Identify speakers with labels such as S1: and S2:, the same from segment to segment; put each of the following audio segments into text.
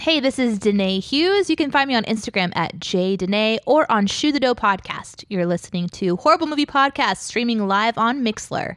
S1: Hey, this is Danae Hughes. You can find me on Instagram at jdanae or on Shoe the Dough Podcast. You're listening to Horrible Movie Podcast streaming live on Mixler.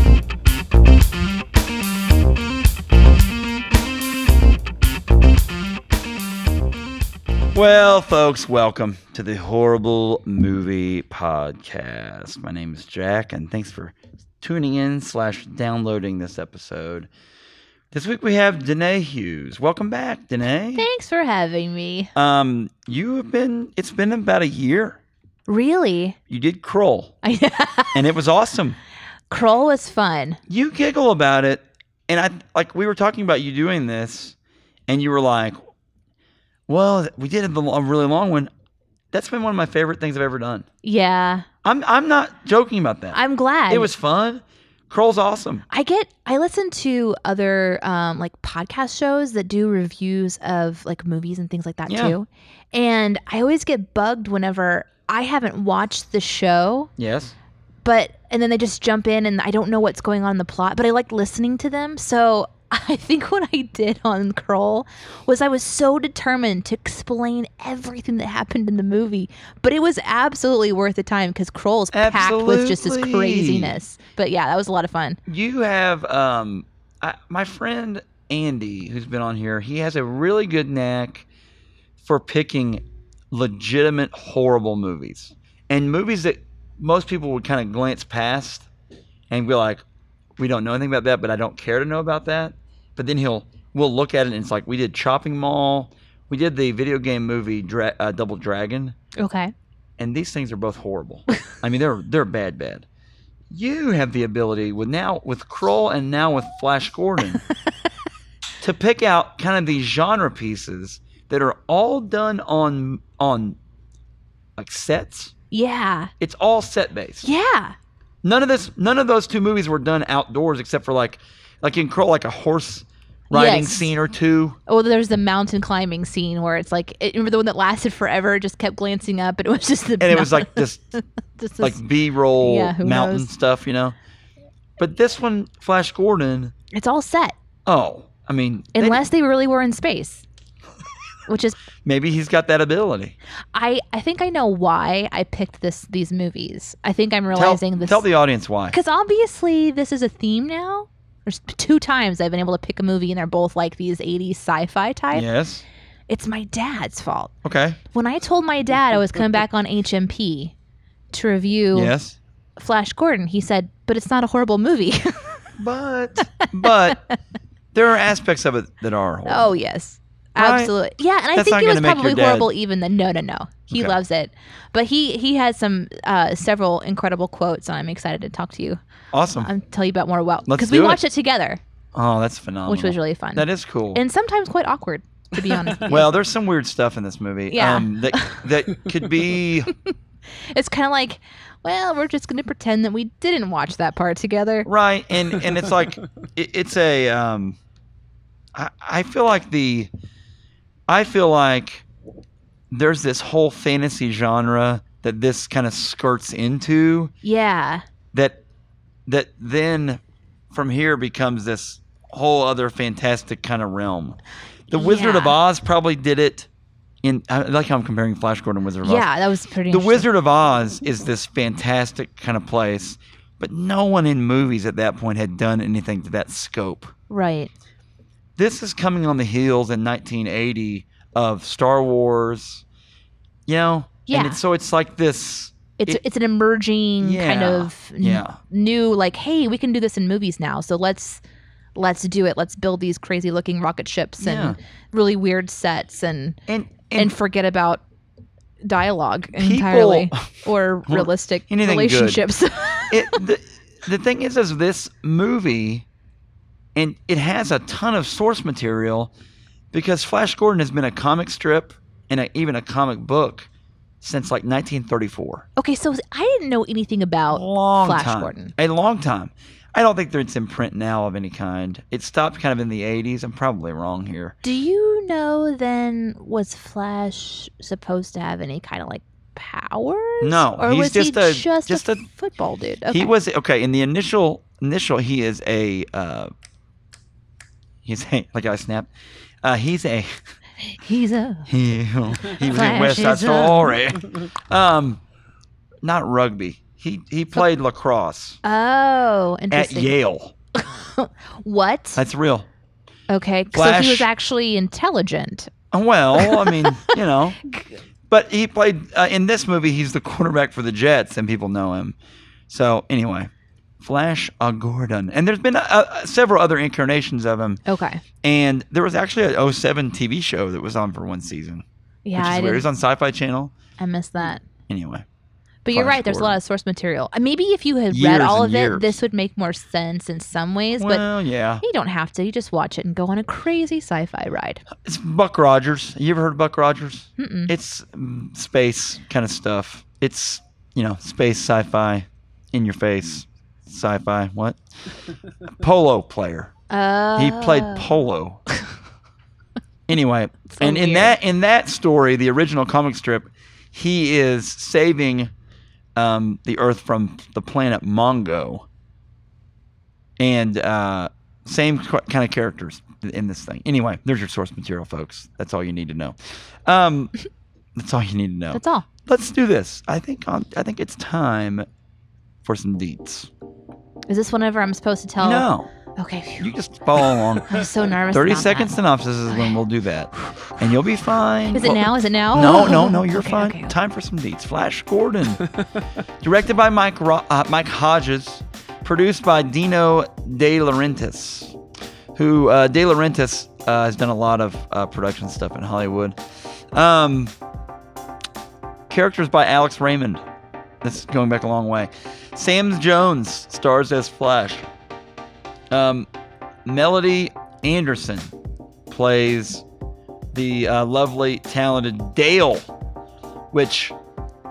S2: Well, folks, welcome to the Horrible Movie Podcast. My name is Jack, and thanks for tuning in slash downloading this episode. This week we have Danae Hughes. Welcome back, Danae.
S1: Thanks for having me.
S2: Um, you have been. It's been about a year.
S1: Really?
S2: You did Kroll, and it was awesome.
S1: Kroll was fun.
S2: You giggle about it, and I like we were talking about you doing this, and you were like, "Well, we did the- a really long one. That's been one of my favorite things I've ever done."
S1: Yeah.
S2: I'm I'm not joking about that.
S1: I'm glad.
S2: it was fun. Kroll's awesome.
S1: I get I listen to other um like podcast shows that do reviews of like movies and things like that
S2: Yeah.
S1: too. And I always get bugged whenever I haven't watched the show,
S2: Yes.
S1: but and then they just jump in and I don't know what's going on in the plot, but I like listening to them. So I think what I did on Kroll was I was so determined to explain everything that happened in the movie, but it was absolutely worth the time because Kroll's packed with just this
S2: Absolutely.
S1: craziness. But yeah, that was a lot of fun.
S2: You have um, I, my friend Andy, who's been on here. He has a really good knack for picking legitimate horrible movies and movies that most people would kind of glance past and be like, "We don't know anything about that," but I don't care to know about that. But then he'll we'll look at it and it's like we did Chopping Mall, we did the video game movie Dra- uh, Double Dragon.
S1: Okay.
S2: and these things are both horrible. I mean, they're they're bad, bad. You have the ability with now with Kroll and now with Flash Gordon to pick out kind of these genre pieces that are all done on on like sets.
S1: Yeah.
S2: It's all set based.
S1: Yeah.
S2: None of this, none of those two movies were done outdoors except for like like in Kroll, like a horse riding
S1: Yes.
S2: scene or two.
S1: Oh, there's the mountain climbing scene where it's like it, remember the one that lasted forever, just kept glancing up, and it was just the
S2: And it was like just
S1: just this-
S2: like B roll
S1: Yeah, who
S2: mountain
S1: knows?
S2: stuff, you know. But this one, Flash Gordon,
S1: it's all set
S2: Oh, I mean, they-
S1: unless they really were in space, which is
S2: maybe he's got that ability.
S1: I I think I know why I picked this these movies. I think I'm
S2: Tell,
S1: realizing this
S2: tell the audience why.
S1: because obviously this is a theme now. There's two times I've been able to pick a movie, and they're both like these '80s sci-fi type.
S2: Yes.
S1: It's my dad's fault.
S2: Okay.
S1: When I told my dad I was coming back on HMP to review
S2: Yes.
S1: Flash Gordon, he said, but it's not a horrible movie.
S2: But but there are aspects of it that are horrible.
S1: oh, yes.
S2: Right.
S1: Absolutely. Yeah, and I
S2: That's
S1: think
S2: not
S1: it was
S2: gonna make your
S1: probably
S2: dad-
S1: horrible even then. No, no, no. He
S2: Okay.
S1: loves it. But he he has some uh several incredible quotes and I'm excited to talk to you
S2: awesome.
S1: and tell you about more about
S2: Let's
S1: because we
S2: do it.
S1: watched it together,
S2: oh, that's phenomenal.
S1: which was really fun.
S2: That is cool.
S1: and sometimes quite awkward, to be honest. with you.
S2: well, there's some weird stuff in this movie.
S1: Yeah.
S2: Um, that that could be
S1: It's kinda like, well, we're just gonna pretend that we didn't watch that part together.
S2: right, and and it's like it, it's a um, I I feel like the, I feel like there's this whole fantasy genre that this kind of skirts into.
S1: Yeah.
S2: that that then from here becomes this whole other fantastic kind of realm. The Wizard of
S1: Yeah.
S2: Oz probably did it in I like how I'm comparing Flash Gordon and Wizard of Oz.
S1: Yeah, that was pretty
S2: The
S1: interesting.
S2: Wizard of Oz is this fantastic kind of place, but no one in movies at that point had done anything to that scope.
S1: Right.
S2: This is coming on the heels in 1980 of Star Wars, you know?
S1: Yeah.
S2: And it's, so it's like this
S1: it's
S2: It-
S1: it's an emerging kind
S2: Yeah,
S1: of n-
S2: yeah.
S1: new like hey we can do this in movies now so let's let's do it let's build these crazy looking rocket ships and really weird sets and
S2: and
S1: and, forget about dialogue
S2: People-
S1: entirely or realistic
S2: anything good.
S1: relationships
S2: it, the, the thing is, is this movie, and it has a ton of source material because Flash Gordon has been a comic strip and a, even a comic book since like 1934.
S1: Okay, so I didn't know anything
S2: A
S1: about
S2: long
S1: Flash
S2: time.
S1: Gordon.
S2: A long time. I don't think that it's in print now of any kind. It stopped kind of in the 80s. I'm probably wrong here.
S1: Do you know then was Flash supposed to have any kind of like powers?
S2: No,
S1: or
S2: he's
S1: was
S2: just
S1: he
S2: a-
S1: just,
S2: just
S1: a,
S2: a-
S1: football dude? Okay.
S2: He was okay in the initial initial. He is a uh, he's a, like I snapped. Uh, he's a
S1: He's a
S2: he, he was in
S1: Flash
S2: West Side
S1: is up.
S2: Story. Um, not rugby. He he played lacrosse
S1: oh
S2: at
S1: interesting.
S2: Yale.
S1: What?
S2: That's real.
S1: Okay, so
S2: Flash-
S1: he was actually intelligent.
S2: Uh, Well, I mean, you know, but he played uh, in this movie. He's the quarterback for the Jets, and people know him. So anyway, Flash uh, Gordon, and there's been uh, uh, several other incarnations of him.
S1: Okay,
S2: And there was actually oh an 07 TV show that was on for one season,
S1: yeah,
S2: which is
S1: I,
S2: weird. It
S1: didn't,
S2: was on Sci Fi Channel.
S1: I missed that.
S2: Anyway,
S1: But you're
S2: Flash
S1: right. There's a lot
S2: Gordon.
S1: of source material. Uh, Maybe if you had read
S2: Years
S1: all of
S2: and
S1: it,
S2: years.
S1: this would make more sense in some ways.
S2: well, yeah,
S1: but you don't have to. You just watch it and go on a crazy sci-fi ride.
S2: it's Buck Rogers. You ever heard of Buck Rogers?
S1: Mm-mm.
S2: It's mm, space kind of stuff. It's you know space sci-fi, in your face, sci-fi. What? polo player.
S1: Uh,
S2: He played polo. anyway,
S1: so
S2: and in
S1: weird.
S2: that in that story, the original comic strip, he is saving um, the Earth from the planet Mongo, and uh, same kind of characters in this thing. Anyway, there's your source material, folks. That's all you need to know. Um, that's all you need to know.
S1: That's all.
S2: Let's do this. I think on, I think it's time for some deets.
S1: Is this whenever I'm supposed to tell?
S2: No,
S1: Okay. phew.
S2: you just follow along.
S1: I'm so nervous.
S2: 30
S1: about
S2: second
S1: That.
S2: synopsis is when we'll do that. And you'll be fine.
S1: Is it
S2: Oh,
S1: now? Is it now?
S2: No, no, no, you're
S1: Okay,
S2: fine.
S1: okay.
S2: Time for some deets. Flash Gordon. Directed by Mike, Ro- uh, Mike Hodges. Produced by Dino De Laurentiis, who uh, De Laurentiis uh, has done a lot of uh, production stuff in Hollywood. Um, characters by Alex Raymond. This is going back a long way. Sam Jones stars as Flash. Um, Melody Anderson plays the uh, lovely, talented Dale, which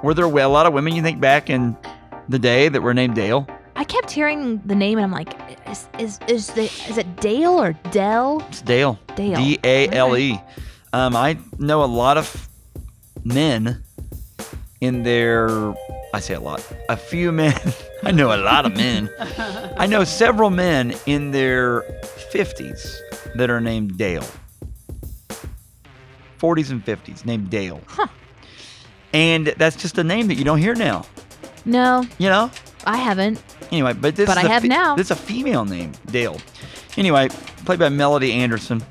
S2: were there a lot of women you think back in the day that were named Dale?
S1: I kept hearing the name and I'm like, is is is, the, is it Dale or Dell?
S2: It's Dale.
S1: Dale.
S2: D A L E. Um, I know a lot of men in their. I say a lot. A few men. I know a lot of men. I know several men in their 50s that are named Dale. 40s and 50s named Dale.
S1: Huh.
S2: And that's just a name that you don't hear now.
S1: No,
S2: You know?
S1: I haven't.
S2: Anyway, but this
S1: But
S2: is
S1: I
S2: a
S1: have now.
S2: This is a female name, Dale. Anyway, played by Melody Anderson.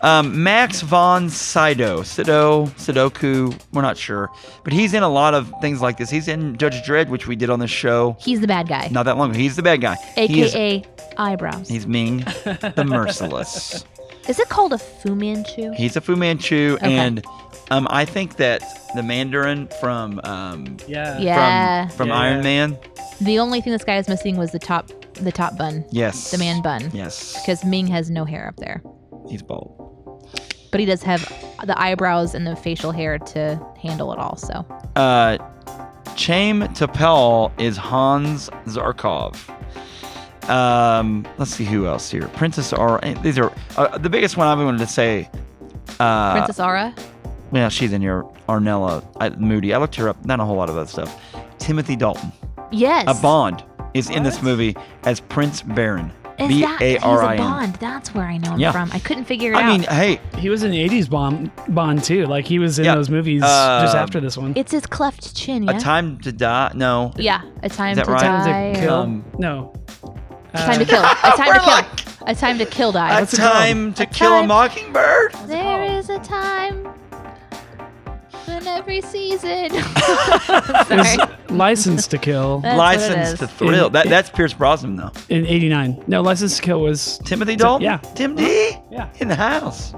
S2: Um, Max von Sydow, Sido, Sudoku, we're not sure, but he's in a lot of things like this. He's in Judge Dredd, which we did on this show
S1: He's the bad guy,
S2: not that long ago. He's the bad guy. He is-
S1: aka eyebrows.
S2: he's Ming the Merciless.
S1: Is it called a Fu Manchu?
S2: He's a Fu Manchu,
S1: Okay.
S2: and um, I think that the Mandarin from um,
S3: Yeah.
S2: from,
S1: Yeah.
S2: from
S3: Yeah.
S2: Iron Man.
S1: The only thing this guy is missing was the top, the top bun,
S2: Yes,
S1: the man bun,
S2: Yes,
S1: because Ming has no hair up there,
S2: he's bald.
S1: but he does have the eyebrows and the facial hair to handle it all. So
S2: Uh, Chaim Tapel is Hans Zarkov. Um, let's see who else here. Princess R. These are uh, the biggest one I wanted to say. Uh,
S1: Princess Aura,
S2: Well, she's in here. Arnella I, Moody. I looked her up. Not a whole lot of other stuff. Timothy Dalton.
S1: yes,
S2: A Bond is in this
S3: What?
S2: movie as Prince Baron.
S1: Is
S2: B
S1: that-
S2: A R I
S1: He's a
S2: N.
S1: Bond. That's where I know him
S2: Yeah.
S1: from. I couldn't figure it
S2: I
S1: out.
S2: mean, uh, hey,
S3: He was in the 80s Bond, Bond too. Like he was in
S2: Yeah.
S3: those movies
S2: Uh,
S3: just after this one.
S1: it's his cleft chin. Yeah.
S2: A Time to Die. No.
S1: yeah. A time
S2: that
S1: to
S2: right? Time
S1: die.
S3: to kill.
S1: or-
S2: Um,
S3: no.
S1: A time to
S3: Uh,
S1: kill. A time to
S2: We're
S1: kill.
S2: like-
S1: A time to kill
S2: A
S1: die.
S3: What's it called?
S2: Time to
S1: A
S2: Kill a
S1: Time-
S2: Mockingbird.
S3: what's it
S1: There
S3: called?
S1: is a time when every season.
S3: It was
S1: Sorry.
S3: License to Kill
S1: That's what it
S2: License
S1: is.
S2: to Thrill. That, that's Pierce Brosnan, though.
S3: in '89. No, License to Kill was.
S2: Timothy Dalton.
S3: yeah.
S2: Tim D.
S3: Yeah.
S2: In the house.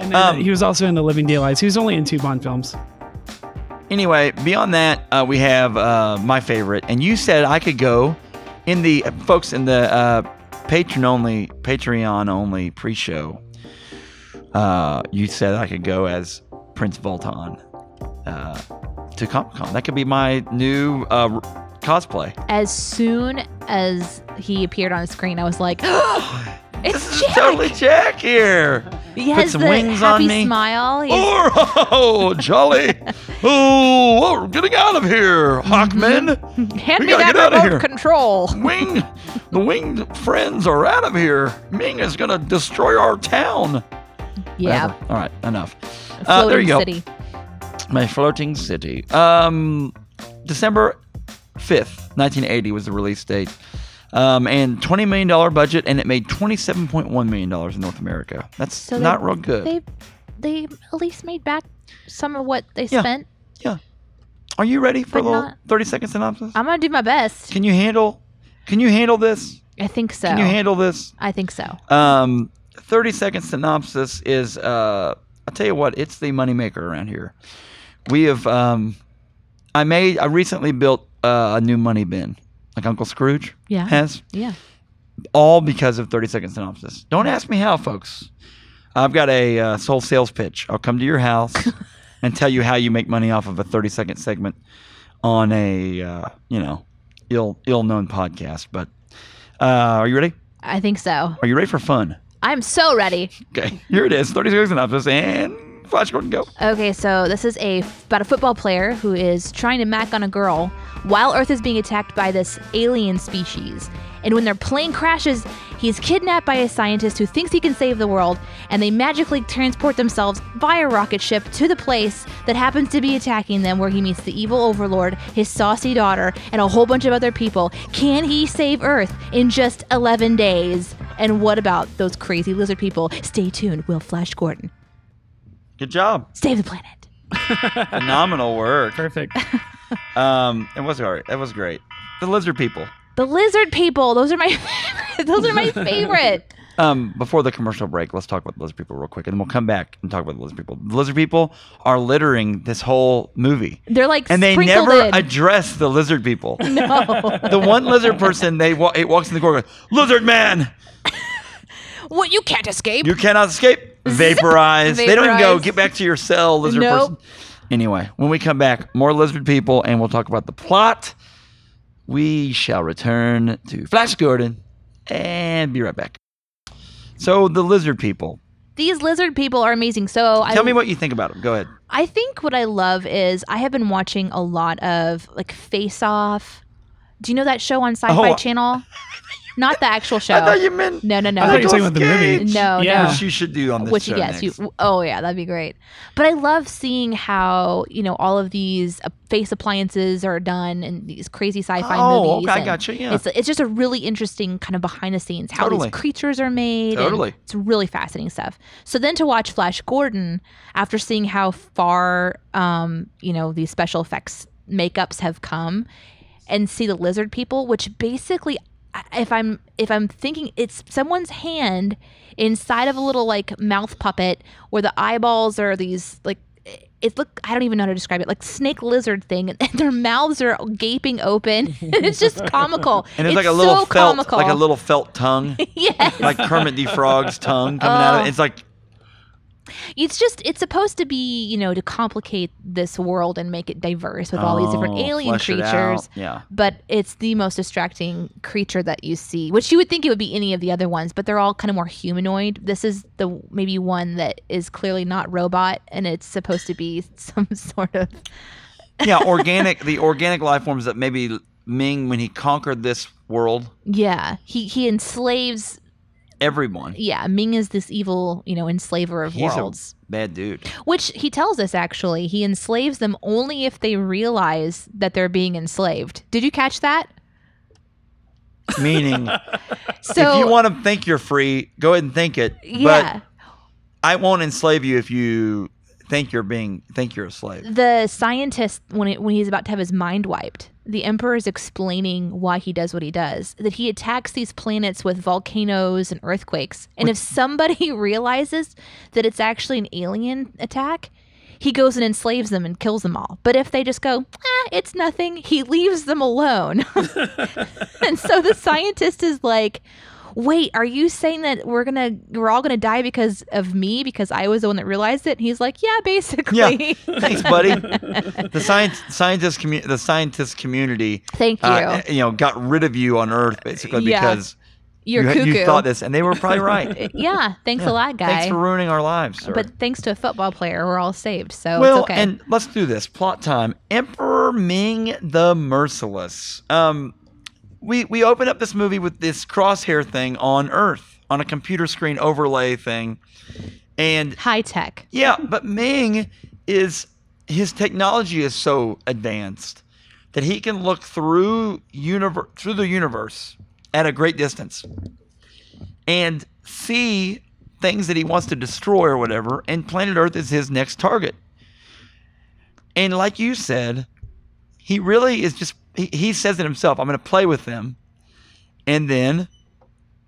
S3: And then
S2: Um,
S3: he was also in The Living Daylights. He was only in two Bond films.
S2: Anyway, beyond that, uh, we have uh, my favorite, and you said I could go in the folks in the uh, patron only, Patreon only pre-show. Uh, you said I could go as Prince Voltan, uh, to Comic Con. That could be my new uh, cosplay.
S1: As soon as he appeared on screen, I was like, "It's
S2: This
S1: Jack."
S2: is totally Jack here.
S1: he has
S2: some
S1: the
S2: wings on
S1: happy
S2: me.
S1: smile. He's-
S2: Oh, oh, jolly. Oh, well, we're getting out of here, Hawkman.
S1: Hand
S2: We
S1: me
S2: gotta
S1: that
S2: get outta
S1: remote
S2: here.
S1: control.
S2: Wing, the winged friends are out of here. Ming is going to destroy our town.
S1: Yeah,
S2: Whatever. All right, enough. Uh,
S1: floating
S2: there you go.
S1: city.
S2: My floating city. Um, December 5th, 1980 was the release date. Um, and $20 million budget, and it made $27.1 million in North America. That's
S1: So they-
S2: not real good.
S1: They, they at least made back some of what they
S2: Yeah.
S1: spent.
S2: Are you ready for a
S1: But
S2: little
S1: not-
S2: 30 second synopsis?
S1: I'm gonna do my best.
S2: Can you handle? Can you handle this?
S1: I think so.
S2: Can you handle this?
S1: I think so.
S2: Um, 30 second synopsis is uh, I'll tell you what, it's the moneymaker around here. We have, um, I made, I recently built uh, a new money bin, like Uncle Scrooge
S1: Yeah.
S2: has,
S1: Yeah.
S2: all because of 30 second synopsis. Don't ask me how, folks. I've got a uh, soul sales pitch. I'll come to your house and tell you how you make money off of a 30 second segment on a, uh, you know, ill ill known podcast. But uh, are you ready?
S1: I think so.
S2: Are you ready for fun?
S1: I'm so ready.
S2: Okay, here it is. 30 seconds synopsis and flash Gordon go.
S1: Okay, so this is a about a football player who is trying to mack on a girl while Earth is being attacked by this alien species. And when their plane crashes, he is kidnapped by a scientist who thinks he can save the world, and they magically transport themselves via rocket ship to the place that happens to be attacking them where he meets the evil overlord, his saucy daughter, and a whole bunch of other people. Can he save Earth in just 11 days? And what about those crazy lizard people? Stay tuned, Will Flash Gordon.
S2: Good job.
S1: Save the planet.
S2: Phenomenal work.
S3: Perfect.
S2: Um, it was all right. That was great. The lizard people.
S1: The lizard people. Those are my favorite. Those are my favorite.
S2: Um, before the commercial break, let's talk about the lizard people real quick, and then we'll come back and talk about the lizard people. The lizard people are littering this whole movie,
S1: They're like
S2: and they
S1: sprinkled
S2: never
S1: in.
S2: address the lizard people.
S1: no.
S2: The one lizard person, they wa- it walks in the corner, goes, lizard man,
S1: What you can't escape.
S2: you cannot escape. Vaporize. They don't even go
S1: Vaporize.
S2: get back to your cell, lizard
S1: Nope.
S2: person. Anyway, when we come back, more lizard people, and we'll talk about the plot. We shall return to Flash Gordon, and be right back. So the lizard people.
S1: These lizard people are amazing. So I Oh,
S2: Tell me what you think about them. Go ahead.
S1: I think what I love is I have been watching a lot of like Face Off. Do you know that show on Sci-Fi
S2: Oh.
S1: Channel? Not the actual show.
S2: I thought you meant
S1: no, no, no.
S3: I thought you were
S2: Nicolas
S3: talking about the movie.
S2: Cage.
S1: No,
S3: yeah.
S1: no.
S2: Which you should do on this
S1: which
S2: show
S1: yes
S2: next.
S1: you oh yeah that'd be great but i love seeing how you know all of these uh, face appliances are done and these crazy sci-fi
S2: Oh,
S1: movies
S2: okay, I
S1: and
S2: gotcha, yeah.
S1: it's, it's just a really interesting kind of behind the scenes how
S2: Totally.
S1: these creatures are made and
S2: Totally.
S1: it's really fascinating stuff so then to watch flash gordon after seeing how far um you know these special effects makeups have come and see the lizard people which basically I- if i'm if i'm thinking it's someone's hand inside of a little like mouth puppet where the eyeballs are these like it look i don't even know how to describe it like snake lizard thing and their mouths are gaping open it's just comical
S2: and it's, like a little
S1: so
S2: felt,
S1: comical
S2: like a little felt tongue,
S1: yes
S2: like Kermit the Frog's tongue coming
S1: Oh.
S2: out of it. It's like
S1: it's just it's supposed to be you know to complicate this world and make it diverse with all these different
S2: oh,
S1: alien
S2: flesh it out.
S1: creatures
S2: Yeah.
S1: but it's the most distracting creature that you see, which you would think it would be any of the other ones, but they're all kind of more humanoid. This is the maybe one that is clearly not robot and it's supposed to be some sort of
S2: yeah, organic the organic life forms that maybe Ming when he conquered this world,
S1: yeah. He he enslaves
S2: everyone.
S1: yeah, Ming is this evil, you know, enslaver of
S2: He's
S1: worlds.
S2: a bad dude.
S1: Which he tells us actually, he enslaves them only if they realize that they're being enslaved. Did you catch that?
S2: Meaning
S1: So
S2: if you want to think you're free, go ahead and think it.
S1: yeah.
S2: But I won't enslave you if you think you're being think you're a slave.
S1: the scientist when it, when he's about to have his mind wiped the emperor is explaining why he does what he does that he attacks these planets with volcanoes and earthquakes and if somebody realizes that it's actually an alien attack he goes and enslaves them and kills them all but if they just go "Eh, it's nothing he leaves them alone and so the scientist is like wait, are you saying that we're gonna we're all gonna die because of me because I was the one that realized it? And he's like, yeah, basically.
S2: Thanks, buddy. the science scientist commu- the scientist community,
S1: Thank you.
S2: uh, you know, got rid of you on Earth basically
S1: Yeah.
S2: because
S1: You're
S2: you,
S1: cuckoo.
S2: you thought this, and they were probably right.
S1: yeah, thanks
S2: Yeah.
S1: a lot, guy.
S2: Thanks for ruining our lives, sir.
S1: but thanks to a football player, we're all saved. So
S2: well,
S1: it's okay.
S2: and let's do this plot time. Emperor Ming the Merciless. Um, we we open up this movie with this crosshair thing on Earth on a computer screen overlay thing, and
S1: High tech.
S2: yeah, but Ming is his technology is so advanced that he can look through universe through the universe at a great distance and see things that he wants to destroy or whatever and planet earth is his next target and like you said he really is just he, he says it himself i'm going to play with them and then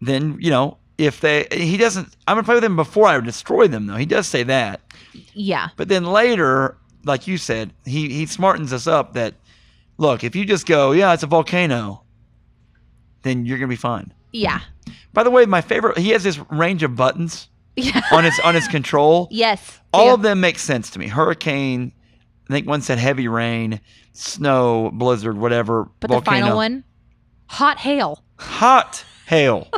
S2: then you know if they he doesn't i'm going to play with them before i destroy them though he does say that
S1: Yeah.
S2: but then later, like you said, he he smartens us up that look, if you just go, yeah, it's a volcano, then you're gonna be fine.
S1: Yeah.
S2: Mm. By the way, my favorite he has this range of buttons
S1: Yeah.
S2: on his on his control.
S1: yes.
S2: All
S1: yeah.
S2: of them make sense to me. Hurricane, I think one said heavy rain, snow, blizzard, whatever.
S1: But
S2: volcano.
S1: the final one, hot hail,
S2: Hot hail.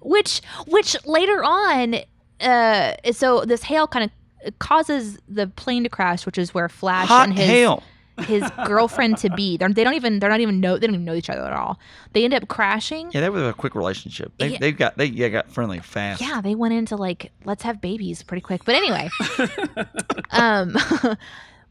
S1: which which later on, uh, so this hail kind of causes the plane to crash, which is where Flash
S2: Hot
S1: and his
S2: hail.
S1: his girlfriend to be. They're, they don't even they're not even know they don't even know each other at all. They end up crashing.
S2: Yeah, they was a quick relationship. They
S1: Yeah.
S2: they got they yeah, got friendly fast.
S1: Yeah, they went into like let's have babies pretty quick. But anyway, um,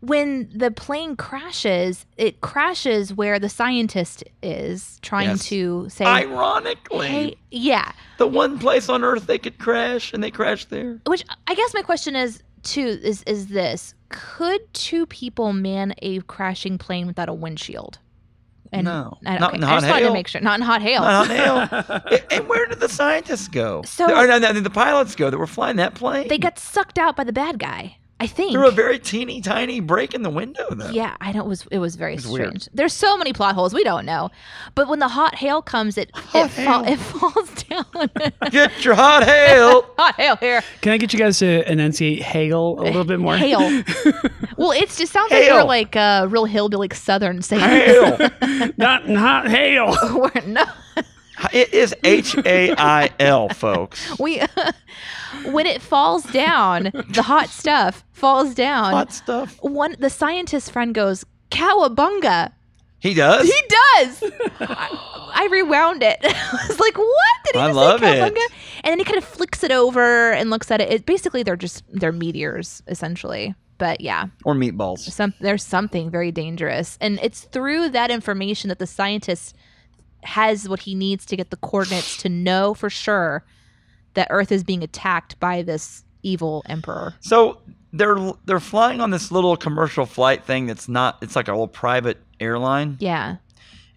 S1: when the plane crashes, it crashes where the scientist is trying
S2: Yes.
S1: to say,
S2: Ironically,
S1: "Hey, yeah."
S2: the one place on Earth they could crash, and they crashed there.
S1: Which I guess my question is too is is this could two people man a crashing plane without a windshield?
S2: No.
S1: I,
S2: Not
S1: okay,
S2: in
S1: I
S2: hot
S1: just wanted
S2: hail.
S1: to make sure not in hot hail.
S2: Not on the hill. Uh-huh. and where did the scientists go?
S1: So-
S2: or, no, no, did the pilots go that were flying that plane?
S1: They got sucked out by the bad guy. I think.
S2: through a very teeny tiny break in the window, though.
S1: yeah, I don't was it was very
S2: It's
S1: strange.
S2: weird.
S1: There's so many plot holes we don't know. But when the hot hail comes, it
S2: Hot
S1: it, fall,
S2: hail.
S1: it falls down.
S2: Get your hot hail.
S1: hot hail here.
S3: Can I get you guys to enunciate Hegel a little bit more?
S1: Hail. well, it's just sounds like
S2: Hail.
S1: we're like uh, real hillbilly southern saying
S2: hail.
S3: Not not Hegel.
S1: we're no.
S2: It is H A I L, folks.
S1: We when it falls down, the hot stuff falls down.
S2: Hot stuff.
S1: One the scientist friend goes cowabunga.
S2: He does.
S1: He does. I, I rewound it. I was like, "What did he
S2: I
S1: just
S2: love
S1: say?"
S2: it.
S1: cowabunga? And then he kind of flicks it over and looks at it. it. Basically, they're just they're meteors, essentially. But yeah,
S2: or meatballs.
S1: some there's something very dangerous, and it's through that information that the scientist has what he needs to get the coordinates to know for sure that Earth is being attacked by this evil emperor.
S2: So they're they're flying on this little commercial flight thing that's not. It's like a little private airline.
S1: Yeah,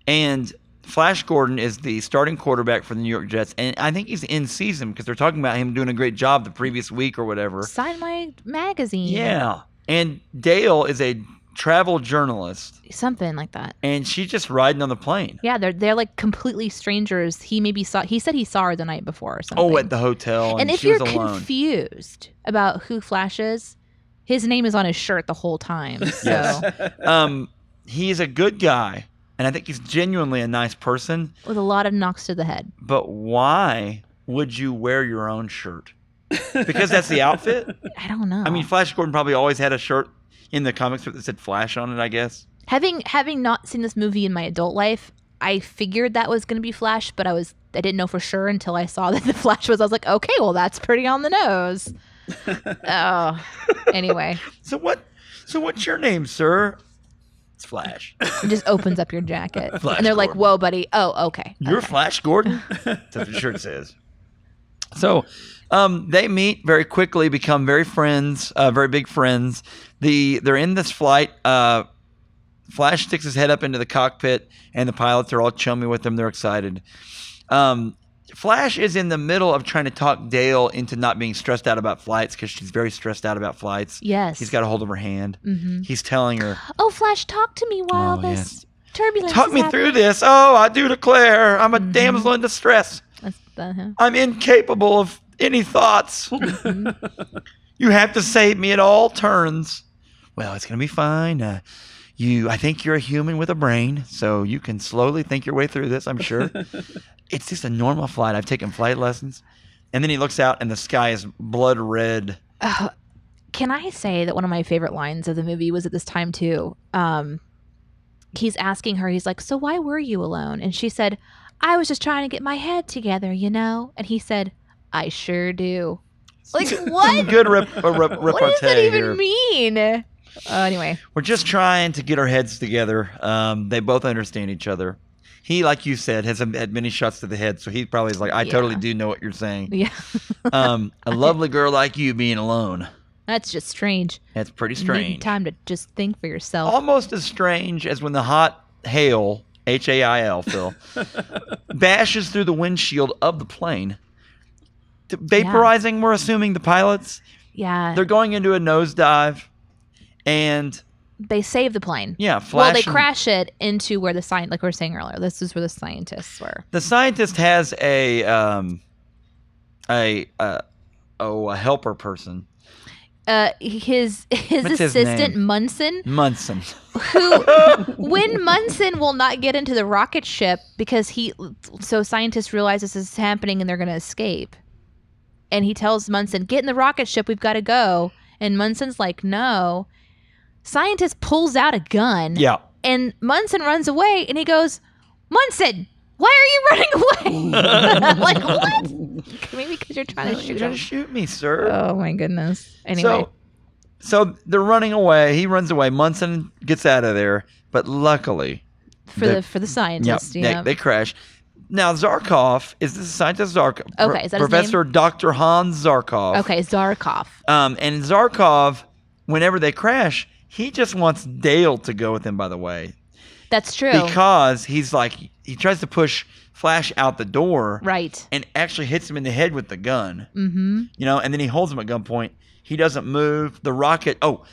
S2: And Flash Gordon is the starting quarterback for the New York Jets, and I think he's in season because they're talking about him doing a great job the previous week or whatever.
S1: sign my magazine.
S2: Yeah. And Dale is a travel journalist,
S1: something like that.
S2: and she's just riding on the plane.
S1: Yeah, they're they're like completely strangers. He maybe saw. He said he saw her the night before or something.
S2: Oh, at the hotel, and,
S1: and if
S2: she
S1: you're
S2: was alone.
S1: confused about who flashes, his name is on his shirt the whole time. So
S2: um, he's a good guy, and I think he's genuinely a nice person.
S1: with a lot of knocks to the head.
S2: But why would you wear your own shirt? Because that's the outfit.
S1: I don't know.
S2: I mean, Flash Gordon probably always had a shirt in the comics that said Flash on it. I guess.
S1: having having not seen this movie in my adult life, I figured that was going to be Flash, but I was I didn't know for sure until I saw that the Flash was. I was like, okay, well that's pretty on the nose. oh, anyway,
S2: So what? So what's your name, sir? It's Flash.
S1: it just opens up your jacket,
S2: Flash
S1: and they're like,
S2: Gordon.
S1: "Whoa, buddy! Oh, okay."
S2: You're Flash Gordon. That's what the shirt says. So, um, they meet very quickly, become very friends, uh, very big friends. The they're in this flight. Uh, Flash sticks his head up into the cockpit, and the pilots are all chummy with him. They're excited. Um, Flash is in the middle of trying to talk Dale into not being stressed out about flights because she's very stressed out about flights.
S1: Yes.
S2: He's got a hold of her hand.
S1: hmm
S2: He's telling her,
S1: Oh, Flash, talk to me while
S2: Mm-hmm. Oh,
S1: this turbulence
S2: Talk
S1: is
S2: me
S1: happening.
S2: through this. Oh, I do declare, I'm a
S1: Mhm.
S2: damsel in distress.
S1: That's- that. Huh?
S2: I'm incapable of any thoughts.
S1: Mm-hmm.
S2: you have to save me at all turns. Well, it's gonna be fine. Uh, you, I think you're a human with a brain, so you can slowly think your way through this. I'm sure. it's just a normal flight. I've taken flight lessons. And then he looks out, and the sky is blood red.
S1: Uh, can I say that one of my favorite lines of the movie was at this time too? Um, he's asking her, he's like, "So why were you alone?" And she said, "I was just trying to get my head together, you know." And he said, "I sure do." Like what?
S2: Good rep, uh, rep, repartee
S1: what does that even
S2: here.
S1: mean? Uh, anyway,
S2: We're just trying to get our heads together. Um, they both understand each other. He, like you said, has had many shots to the head, so he probably is like, "I
S1: Yeah.
S2: totally do know what you're saying."
S1: yeah,
S2: Um, a lovely girl like you being alone.
S1: that's just strange.
S2: That's pretty
S1: You need
S2: strange.
S1: time to just think for yourself.
S2: Almost as strange as when the hot hail, H A I L, Phil, bashes through the windshield of the plane. D- Vaporizing, we're assuming the pilots.
S1: yeah,
S2: They're going into a nosedive, and
S1: they save the plane.
S2: yeah,
S1: well,
S2: flashing.
S1: they crash it into where the science, like we were saying earlier, this is where the scientists were.
S2: The scientist has a um, a uh, oh a helper person,
S1: Uh, his his
S2: What's his
S1: assistant
S2: name?
S1: Munson,
S2: Munson.
S1: who when Munson will not get into the rocket ship because he, so scientists realize this is happening and they're going to escape, and he tells Munson, "Get in the rocket ship, we've got to go." And Munson's like, "No." Scientist pulls out a gun.
S2: yeah,
S1: and Munson runs away and he goes, Munson, why are you running away? I'm like, what? Maybe because you're trying to
S2: you're
S1: shoot
S2: gonna
S1: him.
S2: shoot me, sir.
S1: Oh my goodness. Anyway,
S2: So, so they're running away. He runs away. Munson gets out of there, but luckily,
S1: for the,
S2: the-
S1: for the
S2: yeah,
S1: scientist,
S2: they,
S1: yeah.
S2: they crash. Now Zarkov is this scientist Zarkov?
S1: Okay, is that his
S2: Professor Doctor Hans Zarkov?
S1: okay, Zarkov.
S2: Um, and Zarkov, whenever they crash, he just wants Dale to go with him. By the way,
S1: That's true.
S2: because he's like he tries to push Flash out the door
S1: right.
S2: and actually hits him in the head with the gun.
S1: Mm-hmm.
S2: You know, and then he holds him at gunpoint. He doesn't move. The rocket. Oh,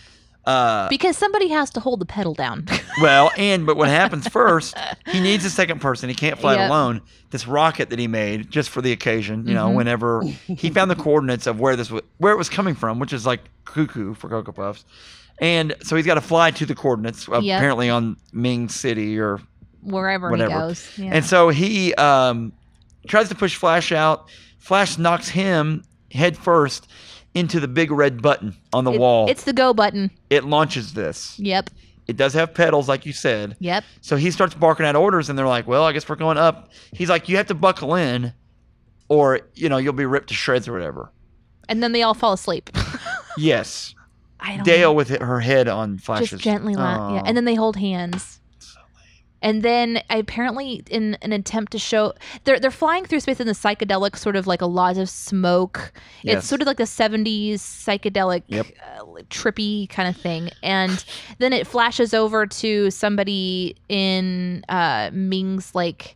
S2: uh,
S1: Because somebody has to hold the pedal down.
S2: well, and but what happens first? He needs a second person. He can't fly it
S1: Yep.
S2: alone. This rocket that he made just for the occasion. You know,
S1: Mhm.
S2: whenever he found the coordinates of where this was, where it was coming from, which is like cuckoo for Cocoa Puffs. And so he's got to fly to the coordinates,
S1: Yep.
S2: apparently on Ming City or
S1: wherever
S2: Whatever.
S1: he goes. Yeah.
S2: And so he um, tries to push Flash out. Flash knocks him head first into the big red button on the
S1: It-
S2: wall.
S1: It's the go button.
S2: It launches this.
S1: Yep.
S2: It does have pedals, like you said.
S1: Yep.
S2: So he starts barking out orders, and they're like, "Well, I guess we're going up." He's like, "You have to buckle in, or you know you'll be ripped to shreds or whatever."
S1: And then they all fall asleep.
S2: Yes,
S1: I don't
S2: Dale with her head on Flash's.
S1: Oh, just gently la- yeah
S2: Oh.
S1: and then they hold hands and then apparently in an attempt to show they're they're flying through space in the psychedelic sort of like a lot of smoke
S2: Yes.
S1: it's sort of like the 70s psychedelic
S2: Yep.
S1: uh, trippy kind of thing and then it flashes over to somebody in uh ming's like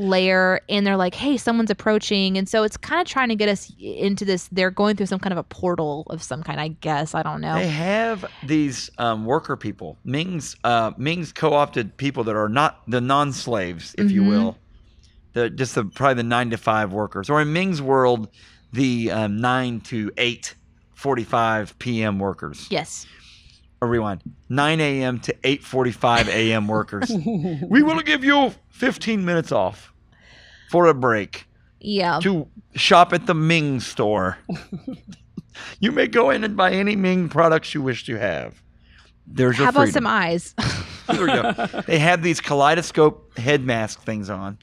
S1: lair and they're like hey someone's approaching and so it's kind of trying to get us into this they're going through some kind of a portal of some kind i guess i don't know
S2: They have these um, worker people, Ming's uh, Ming's co-opted people that are not the non-slaves, if you
S1: Mhm.
S2: will, the just the probably the nine to five workers, or in Ming's world, the um, nine to eight. 45 p.m. workers.
S1: yes
S2: Or rewind. 9 a.m. to 8:45 a.m. workers. we will give you 15 minutes off for a break
S1: yeah
S2: to shop at the Ming store. you may go in and buy any Ming products you wish to have. There's your
S1: How about some
S2: freedom.
S1: eyes?
S2: Here we go. They have these kaleidoscope head mask things on,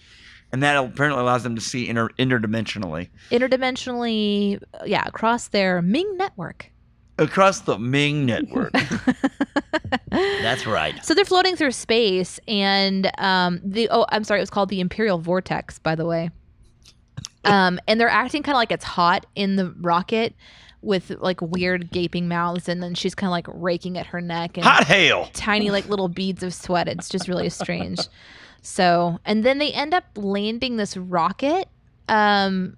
S2: and that apparently allows them to see inter- interdimensionally
S1: Interdimensionally, yeah, across their Ming network.
S2: across the Ming network. That's right.
S1: So they're floating through space, and um, the oh, I'm sorry, it was called the Imperial Vortex, by the way. Um, and they're acting kind of like it's hot in the rocket with like weird gaping mouths, and then she's kind of like raking at her neck and
S2: Hot hail.
S1: tiny like little beads of sweat. It's just really strange. So, and then they end up landing this rocket um,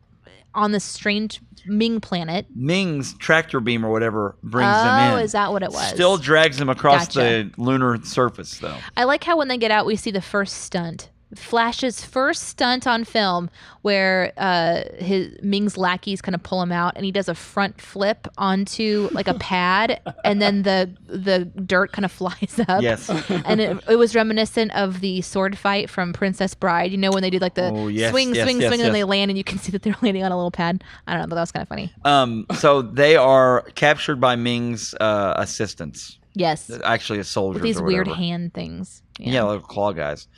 S1: on this strange Ming planet.
S2: Ming's tractor beam or whatever brings
S1: oh,
S2: them in.
S1: is that what it was?
S2: Still drags them across
S1: Gotcha.
S2: the lunar surface, though.
S1: I like how when they get out, we see the first stunt. Flash's first stunt on film, where uh, his Ming's lackeys kind of pull him out, and he does a front flip onto like a pad, and then the the dirt kind of flies up.
S2: Yes.
S1: And it, it was reminiscent of the sword fight from Princess Bride. You know when they did like the
S2: Oh, yes,
S1: swing,
S2: yes,
S1: swing,
S2: yes,
S1: swing, and then
S2: yes.
S1: they land, and you can see that they're landing on a little pad. I don't know, but that was kind of funny.
S2: Um, so they are captured by Ming's uh, assistants,
S1: Yes,
S2: actually a soldier.
S1: with these weird
S2: hands.
S1: hand things.
S2: Yeah, little claw guys.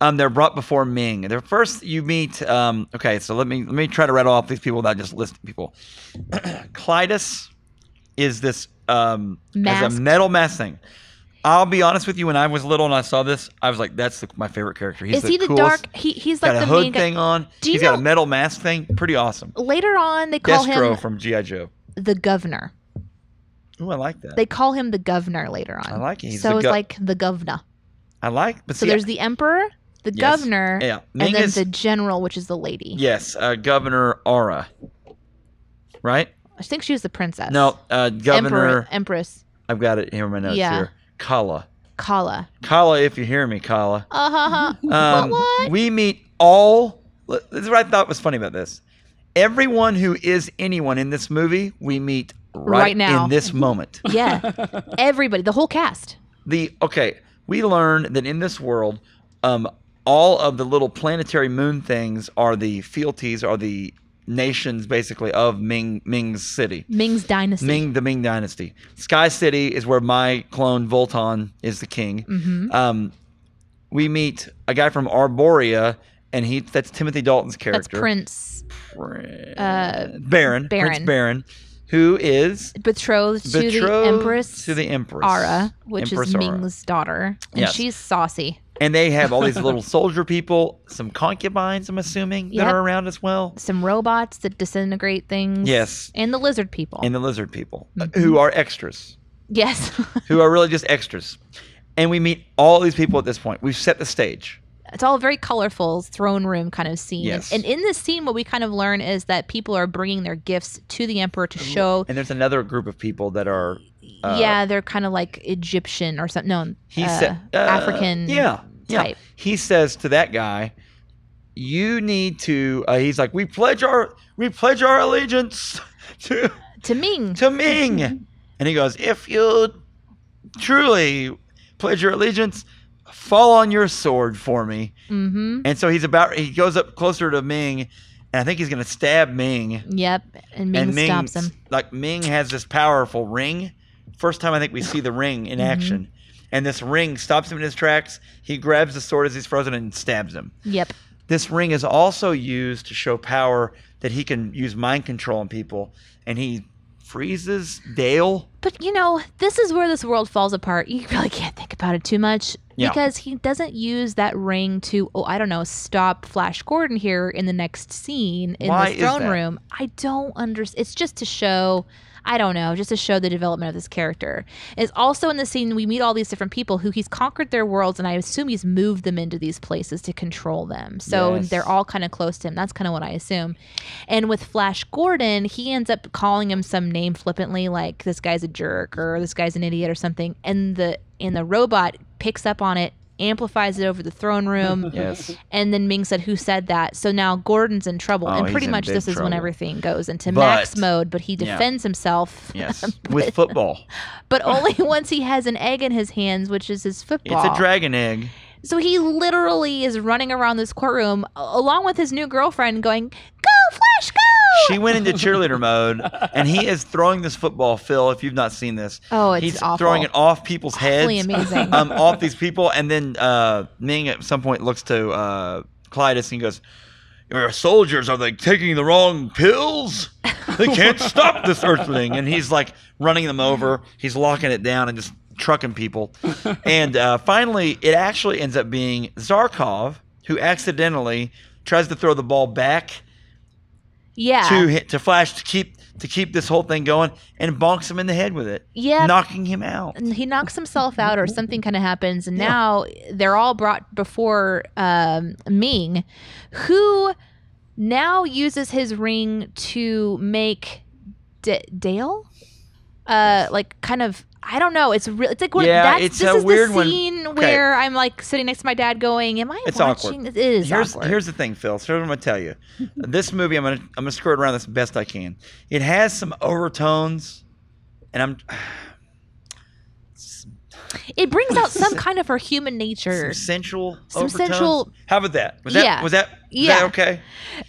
S2: Um, they're brought before Ming. They're first you meet. Um, okay, so let me let me try to rattle off these people without just listing people. Clytus is this um has
S1: Masked.
S2: a metal mask thing. I'll be honest with you. When I was little and I saw this, I was like, "That's the, my favorite character." He's
S1: Is he the
S2: coolest.
S1: dark? He, he's
S2: Got
S1: like
S2: a
S1: the
S2: hood
S1: main guy.
S2: thing on.
S1: Do you
S2: He's got a
S1: know-
S2: metal mask thing. Pretty awesome.
S1: Later on, they call
S2: Destro
S1: him
S2: from GI Joe.
S1: the governor.
S2: Ooh, I like that.
S1: They call him the governor later on.
S2: I like it. He's
S1: so
S2: the
S1: it's
S2: gov-
S1: like the governor.
S2: I like. But
S1: So
S2: see,
S1: there's the emperor, the
S2: Yes.
S1: governor,
S2: yeah, Ming
S1: and then
S2: is
S1: the general, which is the lady.
S2: yes, uh, Governor Aura. Right.
S1: I think she was the princess.
S2: No, uh, Governor.
S1: emperor, empress,
S2: I've got it here in my notes
S1: Yeah.
S2: here. Kala.
S1: Kala.
S2: Kala, if you hear me, Kala.
S1: Uh huh.
S2: Um,
S1: what?
S2: We meet all. This is what I thought was funny about this. Everyone who is anyone in this movie, we meet right,
S1: Right now.
S2: in this moment.
S1: yeah. Everybody, the whole cast.
S2: The okay, we learn that in this world, um, all of the little planetary moon things are the fealties, are the nations basically of Ming Ming's city.
S1: Ming's dynasty.
S2: Ming, the Ming Dynasty. Sky City is where my clone Voltan is the king.
S1: Mm-hmm.
S2: Um, we meet a guy from Arborea, and he that's Timothy Dalton's
S1: That's
S2: character.
S1: Prince
S2: Prince.
S1: uh,
S2: Baron. Prince
S1: Baron.
S2: Baron, who is
S1: betrothed, to the
S2: betrothed
S1: empress
S2: to the Empress.
S1: Ara, which
S2: Empress
S1: is
S2: Ara.
S1: Ming's daughter, and
S2: Yes.
S1: she's saucy.
S2: And they have all these little soldier people, some concubines, I'm assuming, that
S1: Yep.
S2: are around as well.
S1: Some robots that disintegrate things.
S2: Yes.
S1: And the lizard people.
S2: And the lizard people, uh,
S1: Mm-hmm.
S2: who are extras.
S1: yes.
S2: who are really just extras. And we meet all these people at this point. We've set the stage.
S1: it's all very colorful throne room kind of scene.
S2: Yes.
S1: And in this scene, what we kind of learn is that people are bringing their gifts to the emperor to show.
S2: And there's another group of people that are. Uh,
S1: yeah, they're kind of like Egyptian or something. No,
S2: He
S1: uh,
S2: said. uh,
S1: African.
S2: Yeah. Yeah.
S1: type.
S2: He says to that guy, "You need to." Uh, he's like, "We pledge our we pledge our allegiance to
S1: To Ming.
S2: to Ming," and he goes, "If you truly pledge your allegiance." Fall on your sword for me,
S1: mm-hmm.
S2: and so he's about. He goes up closer to Ming, and I think he's gonna stab Ming.
S1: Yep. And Ming,
S2: and Ming
S1: stops him.
S2: Like Ming has this powerful ring. First time I think we see the ring in
S1: Mm-hmm.
S2: action. And this ring stops him in his tracks. He grabs the sword as he's frozen and stabs him.
S1: Yep.
S2: This ring is also used to show power that he can use mind control on people. And he freezes Dale.
S1: But you know, this is where this world falls apart. You really can't think about it too much
S2: Yeah.
S1: because he doesn't use that ring to, oh, I don't know, stop Flash Gordon here in the next scene in
S2: Why
S1: this
S2: is
S1: throne
S2: that?
S1: room. I don't understand. It's just to show, I don't know, just to show the development of this character. It's also in the scene we meet all these different people who he's conquered their worlds, and I assume he's moved them into these places to control them. So
S2: Yes.
S1: they're all kind of close to him. That's kind of what I assume. And with Flash Gordon, he ends up calling him some name flippantly, like this guy's a jerk or this guy's an idiot or something. And the and the robot picks up on it, amplifies it over the throne room.
S2: Yes.
S1: And then Ming said, "Who said that?" So now Gordon's in trouble,
S2: Oh,
S1: and
S2: he's
S1: pretty
S2: in
S1: much
S2: big
S1: this is when
S2: trouble.
S1: everything goes into
S2: But-
S1: max mode. But he
S2: Yeah.
S1: defends himself,
S2: Yes. With football.
S1: but only once he has an egg in his hands, which is his football.
S2: It's a dragon egg.
S1: So he literally is running around this courtroom a- along with his new girlfriend, going, "Go, Flash, go!"
S2: She went into cheerleader mode, and he is throwing this football. Phil, if you've not seen this,
S1: Oh, it's
S2: he's
S1: awful.
S2: throwing it off people's
S1: Awfully
S2: heads,
S1: amazing.
S2: um, off these people, and then uh, Ming at some point looks to uh, Clytus and he goes, "Your soldiers are they taking the wrong pills? They can't stop this Earthling." And he's like running them over. He's locking it down and just trucking people. And uh, finally, it actually ends up being Zarkov who accidentally tries to throw the ball back
S1: yeah.
S2: to hit to flash to keep to keep this whole thing going and bonks him in the head with it
S1: Yeah.
S2: knocking him out
S1: and he knocks himself out or something kind of happens and now they're all brought before um, ming who now uses his ring to make D- dale uh, like kind of I don't know. It's real. It's like one,
S2: Yeah,
S1: that's,
S2: it's
S1: this
S2: a
S1: is
S2: weird
S1: the
S2: one.
S1: scene
S2: Okay.
S1: where I'm like sitting next to my dad, going, "Am I
S2: It's awkward.
S1: watching?" This? It is
S2: here's,
S1: awkward.
S2: Here's the thing, Phil. So here's what I'm gonna tell you. this movie, I'm gonna I'm gonna skirt around this best I can. It has some overtones, and I'm
S1: it brings out some kind of her human nature.
S2: some sensual.
S1: Some
S2: overtones.
S1: sensual-
S2: How about that? Was that
S1: Yeah.
S2: was that was
S1: Yeah.
S2: that okay?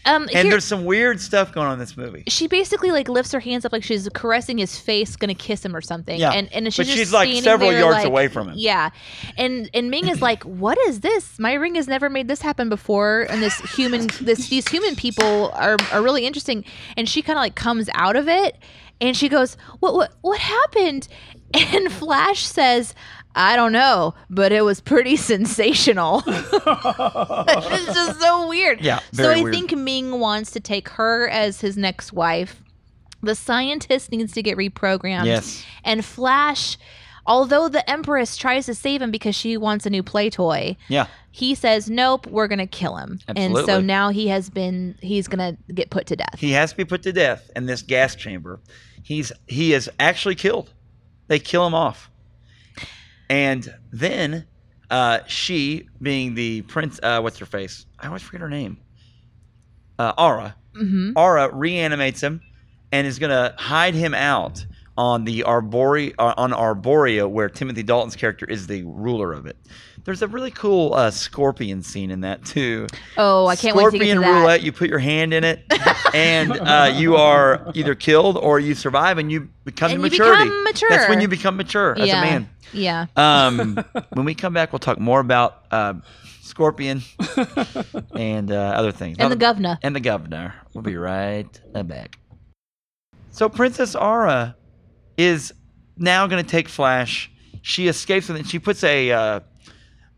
S1: Um,
S2: And
S1: here,
S2: there's some weird stuff going on in this movie.
S1: she basically like lifts her hands up like she's caressing his face, gonna kiss him or something.
S2: Yeah.
S1: and and she's
S2: but
S1: just
S2: she's like
S1: standing
S2: several
S1: there,
S2: yards
S1: like-
S2: away from him.
S1: Yeah, and and Ming is like, "What is this? My ring has never made this happen before." And this human, this these human people are are really interesting. And she kind of like comes out of it, and she goes, "What what what happened?" And Flash says. I don't know, but it was pretty sensational. it's just so weird.
S2: Yeah,
S1: So
S2: very
S1: I
S2: weird.
S1: think Ming wants to take her as his next wife. The scientist needs to get reprogrammed.
S2: Yes.
S1: And Flash, although the Empress tries to save him because she wants a new play toy,
S2: Yeah.
S1: he says, Nope, we're going to kill him. And so
S2: Absolutely.
S1: now he has been, he's going to get put to death.
S2: He has to be put to death in this gas chamber. He's he is actually killed. They kill him off, and then uh, she, being the prince, uh, what's her face? I always forget her name. Uh, Aura.
S1: hmm
S2: Aura reanimates him, and is gonna hide him out on the Arbore uh, on Arborea, where Timothy Dalton's character is the ruler of it. There's a really cool uh, scorpion scene in that too.
S1: Oh, I can't
S2: Scorpion
S1: wait to get to that.
S2: roulette. You put your hand in it, and uh, you are either killed or you survive, and you become
S1: And
S2: to
S1: you
S2: maturity.
S1: become mature.
S2: That's when you become mature as
S1: yeah.
S2: a man.
S1: Yeah.
S2: Um, when we come back, we'll talk more about uh, Scorpion and uh, other things.
S1: And the
S2: Not-
S1: governor.
S2: and the governor. We'll be right uh, back. So Princess Aura is now going to take Flash. She escapes with it. She puts a uh,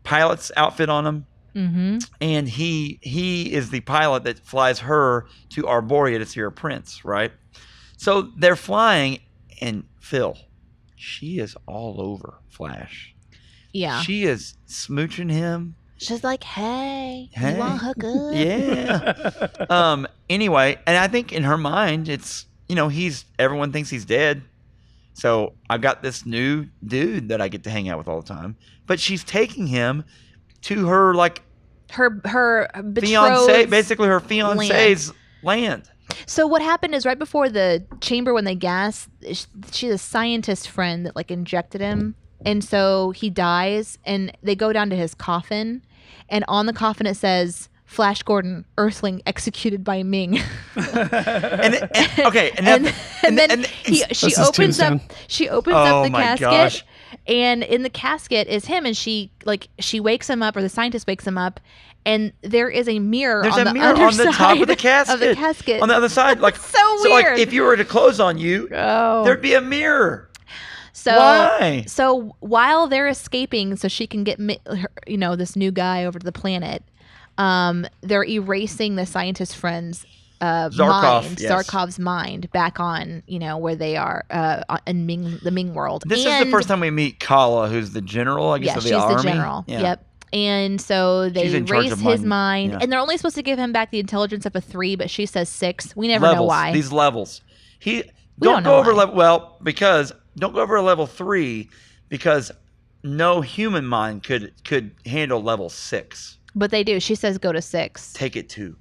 S2: pilot's outfit on him
S1: hmm
S2: and he he is the pilot that flies her to Arborea to see her prince, right? So they're flying, and Phil, she is all over Flash.
S1: Yeah.
S2: She is smooching him.
S1: She's like, Hey,
S2: Hey.
S1: you want her good?
S2: Yeah. um. Anyway, and I think in her mind, it's you know he's everyone thinks he's dead, so I've got this new dude that I get to hang out with all the time. But she's taking him to her like
S1: Her, her betrothed.
S2: fiance, basically her fiance's land.
S1: So what happened is right before the chamber when they gas, sh- she had a scientist friend that like injected him, and so he dies, and they go down to his coffin, and on the coffin it says Flash Gordon, Earthling executed by Ming,
S2: and, and okay, and,
S1: and,
S2: that-
S1: and then
S2: and-
S1: he, she
S3: his
S1: opens up
S3: tombstone.
S1: she opens
S2: Oh
S1: up the
S2: my
S1: casket,
S2: gosh.
S1: and in the casket is him, and she like she wakes him up or the scientist wakes him up, and there is a mirror
S2: there's
S1: on
S2: a
S1: the
S2: mirror on the top of
S1: underside
S2: the casket.
S1: of the casket.
S2: on the other side, like
S1: so
S2: like
S1: weird.
S2: if you were to close on you,
S1: Oh.
S2: there'd be a mirror.
S1: So
S2: Why?
S1: so while they're escaping, so she can get mi- her, you know this new guy over to the planet. Um, they're erasing the scientist friend's uh,
S2: Zarkov,
S1: mind,
S2: yes.
S1: Zarkov's mind, back on you know where they are uh, on- in Ming, the Ming world.
S2: This is
S1: And-
S2: the first time we meet Kala, who's the general, I guess,
S1: Yeah,
S2: of the
S1: she's
S2: army.
S1: the general.
S2: Yeah.
S1: Yep. And so
S2: She's
S1: they
S2: in charge
S1: erase
S2: of
S1: his
S2: mind.
S1: mind,
S2: Yeah.
S1: and they're only supposed to give him back the intelligence up a three, but she says six. We never
S2: levels,
S1: know why.
S2: These levels. He
S1: We don't
S2: don't,
S1: know
S2: go over
S1: why.
S2: level well, because don't go over level three because no human mind could could handle level six.
S1: but they do. She says go to six.
S2: Take it to.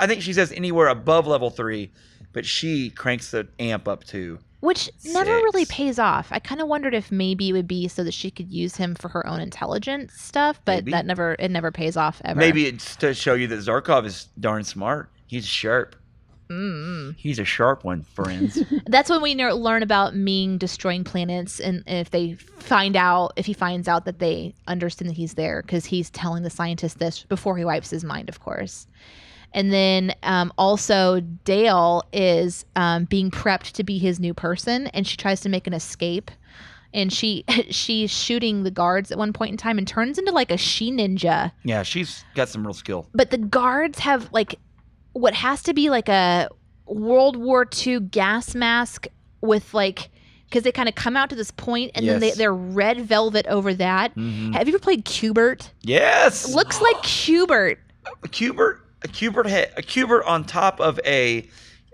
S2: I think she says anywhere above level three, but she cranks the amp up to
S1: Which never really
S2: Six.
S1: pays off. I kind of wondered if maybe it would be so that she could use him for her own intelligence stuff, but
S2: Maybe.
S1: that never it never pays off ever.
S2: Maybe it's to show you that Zarkov is darn smart. He's sharp.
S1: Mm.
S2: He's a sharp one, friends.
S1: That's when we ner- learn about Ming destroying planets, and if they find out, if he finds out that they understand that he's there, because he's telling the scientist this before he wipes his mind, of course. And then um, also Dale is um, being prepped to be his new person, and she tries to make an escape, and she she's shooting the guards at one point in time, and turns into like a she ninja
S2: yeah, she's got some real skill.
S1: but the guards have like what has to be like a World War II gas mask with like because they kind of come out to this point and then they,
S2: Yes.
S1: they're red velvet over that.
S2: Mhm.
S1: Have you ever played Cubert?
S2: Yes.
S1: Looks like Cubert.
S2: a cubert, a cubert head, a cubert on top of a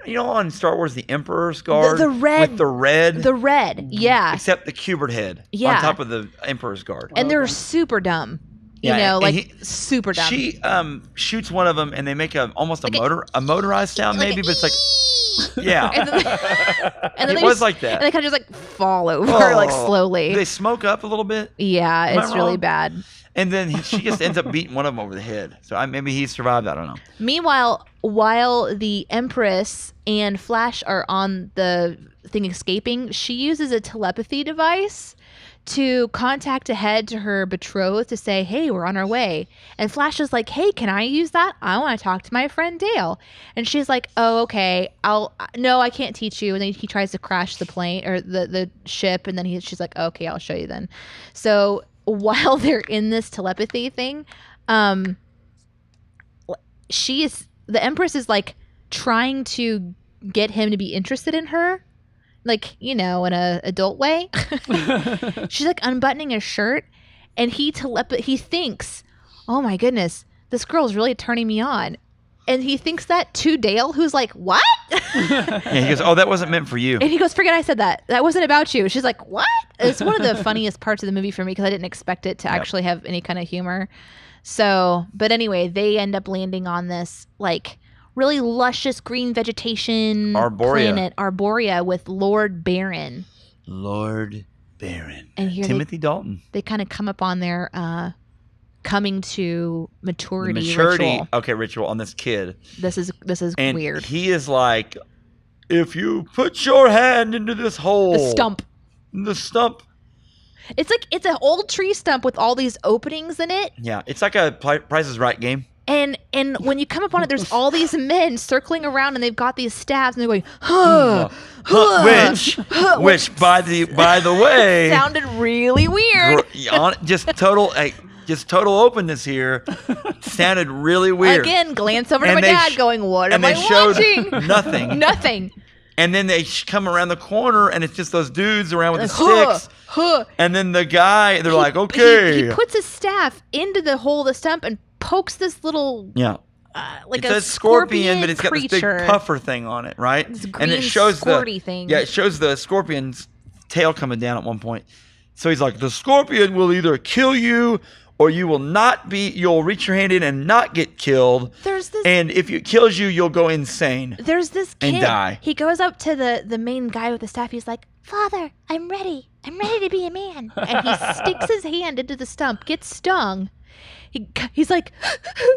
S2: you know, on Star Wars, the Emperor's Guard,
S1: the red-
S2: with the red,
S1: The red, yeah,
S2: except the Cubert head
S1: Yeah.
S2: on top of the Emperor's Guard.
S1: and they're super dumb. You
S2: Yeah,
S1: know,
S2: and
S1: like
S2: he-
S1: super dumb.
S2: she um shoots one of them, and they make a almost a
S1: Like a-
S2: motor a motorized sound,
S1: Like a
S2: maybe, but it's like yeah,
S1: and then, and then
S2: it
S1: they
S2: was
S1: just,
S2: like
S1: and
S2: that.
S1: they kind of just like fall over
S2: Oh,
S1: like slowly.
S2: They smoke up a little bit,
S1: yeah,
S2: Am I
S1: it's really
S2: wrong?
S1: bad.
S2: and then he, she just ends up beating one of them over the head. So I, maybe he survived. I don't know.
S1: Meanwhile, while the Empress and Flash are on the thing escaping, she uses a telepathy device to contact ahead to her betrothed to say, Hey, we're on our way. And Flash is like, Hey, can I use that? I want to talk to my friend Dale. And she's like, Oh, okay. I'll, no, I can't teach you. And then he tries to crash the plane or the, the ship. And then he, she's like, Okay, I'll show you then. So while they're in this telepathy thing, um, she is the empress is like trying to get him to be interested in her like you know in a adult way she's like unbuttoning his shirt and he telep- he thinks oh my goodness this girl's really turning me on and he thinks that to dale who's like what
S2: Yeah, he goes, "Oh, that wasn't meant for you."
S1: and he goes forget i said that that wasn't about you she's like what it's one of the funniest parts of the movie for me because i didn't expect it to
S2: Yep.
S1: actually have any kind of humor so but anyway they end up landing on this like really luscious green vegetation
S2: Arborea.
S1: planet arborea with lord baron
S2: Lord Baron,
S1: and here they,
S2: Timothy Dalton,
S1: they kind of come up on their uh coming to
S2: the
S1: maturity,
S2: maturity.
S1: ritual.
S2: Okay, ritual on this kid.
S1: this is this is
S2: And
S1: weird
S2: he is like, if you put your hand into this hole,
S1: the stump
S2: the stump.
S1: it's like it's an old tree stump with all these openings in it
S2: Yeah, it's like a Pri- Price is Right game.
S1: And and when you come upon it, there's all these men circling around, and they've got these staves, and they're going, huh,
S2: Mm-hmm.
S1: huh,
S2: which,
S1: huh,"
S2: which by the by the way,
S1: sounded really weird.
S2: gr- on- just total, like, just total openness here. Sounded really weird.
S1: Again, glance over to
S2: And
S1: my
S2: they
S1: dad,
S2: sh-
S1: going, "What am
S2: and
S1: I
S2: they showed
S1: watching?"
S2: nothing.
S1: Nothing.
S2: And then they sh- come around the corner, and it's just those dudes around with
S1: Like,
S2: the
S1: huh,
S2: sticks.
S1: huh.
S2: And then the guy, they're like,
S1: He-
S2: okay.
S1: He, puts his staff into the hole of the stump and pokes this little
S2: yeah.
S1: uh, like
S2: it's
S1: a,
S2: a, scorpion, but it's got
S1: creature.
S2: this big puffer thing on it, right?
S1: This
S2: and
S1: green
S2: it shows the
S1: squirty thing.
S2: yeah, it shows the scorpion's tail coming down at one point. So he's like, the scorpion will either kill you, or you will not be. You'll reach your hand in and not get killed.
S1: There's this
S2: And if it kills you, you'll go insane.
S1: there's this kid.
S2: And die.
S1: He goes up to the the main guy with the staff. He's like, "Father, I'm ready. I'm ready to be a man." And he sticks his hand into the stump, gets stung. He, he's like,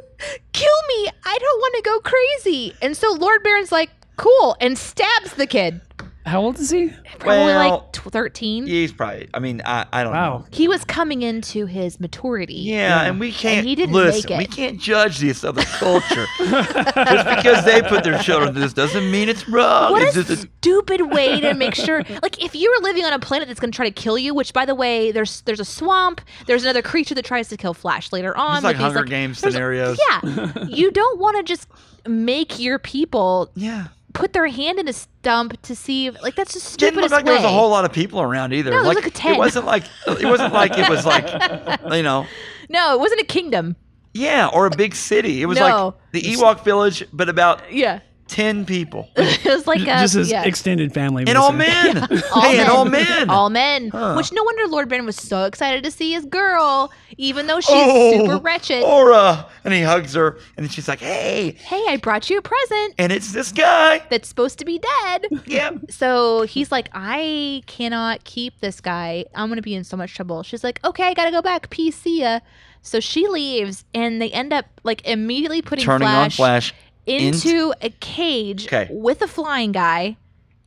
S1: "Kill me! I don't want to go crazy." And so Lord Baron's like, "Cool," and stabs the kid.
S3: How old is he?
S1: Probably
S2: Well,
S1: like tw- thirteen.
S2: Yeah, he's probably. I mean, I, I don't know.
S3: Wow.
S1: He was coming into his maturity.
S2: Yeah, and we can't
S1: he didn't
S2: listen.
S1: make
S2: We
S1: it.
S2: can't judge this other culture just because they put their children through this doesn't mean it's wrong.
S1: What
S2: it's
S1: a
S2: just a-
S1: stupid way to make sure. Like, if you were living on a planet that's going to try to kill you, which, by the way, there's there's a swamp, there's another creature that tries to kill Flash later on.
S2: it's like
S1: with these,
S2: Hunger Games
S1: there's-
S2: scenarios.
S1: Yeah, you don't want to just make your people
S2: yeah.
S1: put their hand in a stump to see. If, like, that's the
S2: didn't
S1: stupidest
S2: look like
S1: way.
S2: there was a whole lot of people around either.
S1: No, there was
S2: like,
S1: like a tent.
S2: It wasn't like it wasn't like it was like you know,
S1: no, it wasn't a kingdom.
S2: yeah, or a big city. It was like
S1: No.
S2: the Ewok village, but about
S1: Yeah,
S2: ten people
S1: it was like a
S3: Just his
S1: yeah.
S3: extended family.
S2: and all
S3: basically.
S2: men.
S1: all
S2: hey,
S1: men.
S2: and all men.
S1: All men.
S2: Huh.
S1: Which no wonder Lord Baron was so excited to see his girl, even though she's
S2: oh,
S1: super wretched.
S2: Aura, and he hugs her, and she's like, "Hey,"
S1: Hey, I brought you a present.
S2: and it's this guy.
S1: that's supposed to be dead.
S2: Yep.
S1: So he's like, I cannot keep this guy. I'm going to be in so much trouble. She's like, okay, I got to go back. Peace, see ya. So she leaves, and they end up like immediately putting
S2: Turning on
S1: Flash,
S2: Flash.
S1: into a cage
S2: Okay.
S1: with a flying guy,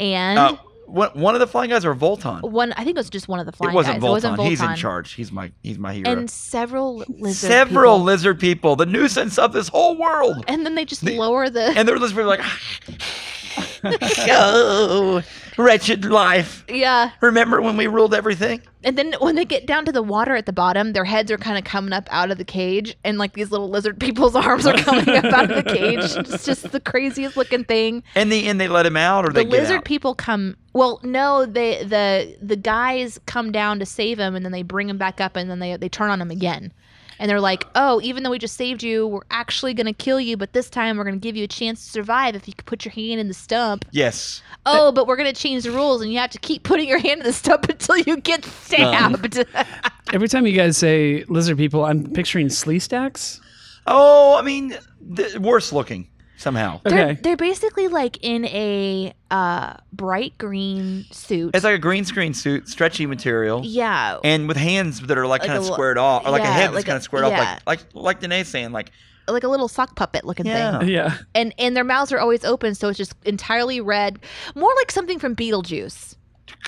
S1: and
S2: Uh, one one of the flying guys or Voltan.
S1: one. I think it was just one of the flying
S2: it wasn't
S1: guys.
S2: Voltan.
S1: It wasn't Voltan.
S2: He's in charge. He's my he's my hero.
S1: And several lizard
S2: Several
S1: people.
S2: lizard people, the nuisance of this whole world.
S1: and then they just
S2: The-
S1: lower the.
S2: And they're listening like, oh, wretched life.
S1: yeah,
S2: Remember when we ruled everything?
S1: and then when they get down to the water at the bottom, their heads are kind of coming up out of the cage, and like these little lizard people's arms are coming up out of the cage. It's just the craziest looking thing.
S2: And the end, they let him out, or
S1: The
S2: they get
S1: lizard
S2: out.
S1: people come. Well, no, they the the guys come down to save him, and then they bring him back up, and then they they turn on him again. and they're like, "Oh, even though we just saved you, we're actually gonna kill you, but this time we're gonna give you a chance to survive if you could put your hand in the stump."
S2: Yes.
S1: Oh, but we're gonna change the rules, and you have to keep putting your hand in the stump until you get stabbed.
S3: Every time you guys say lizard people, I'm picturing slee stacks.
S2: Oh, I mean, th- worse looking somehow.
S1: they're,
S3: Okay.
S1: they're basically like in a uh, bright green suit.
S2: It's like a green screen suit, stretchy material,
S1: yeah,
S2: and with hands that are like,
S1: Like
S2: kind
S1: a
S2: of
S1: lo-
S2: squared off, or like a
S1: yeah,
S2: head that's
S1: like a-
S2: kind of squared
S1: yeah.
S2: off, like like like Danae's saying, like
S1: like a little sock puppet looking thing.
S2: yeah,
S3: Yeah.
S1: and and their mouths are always open, so it's just entirely red, more like something from Beetlejuice,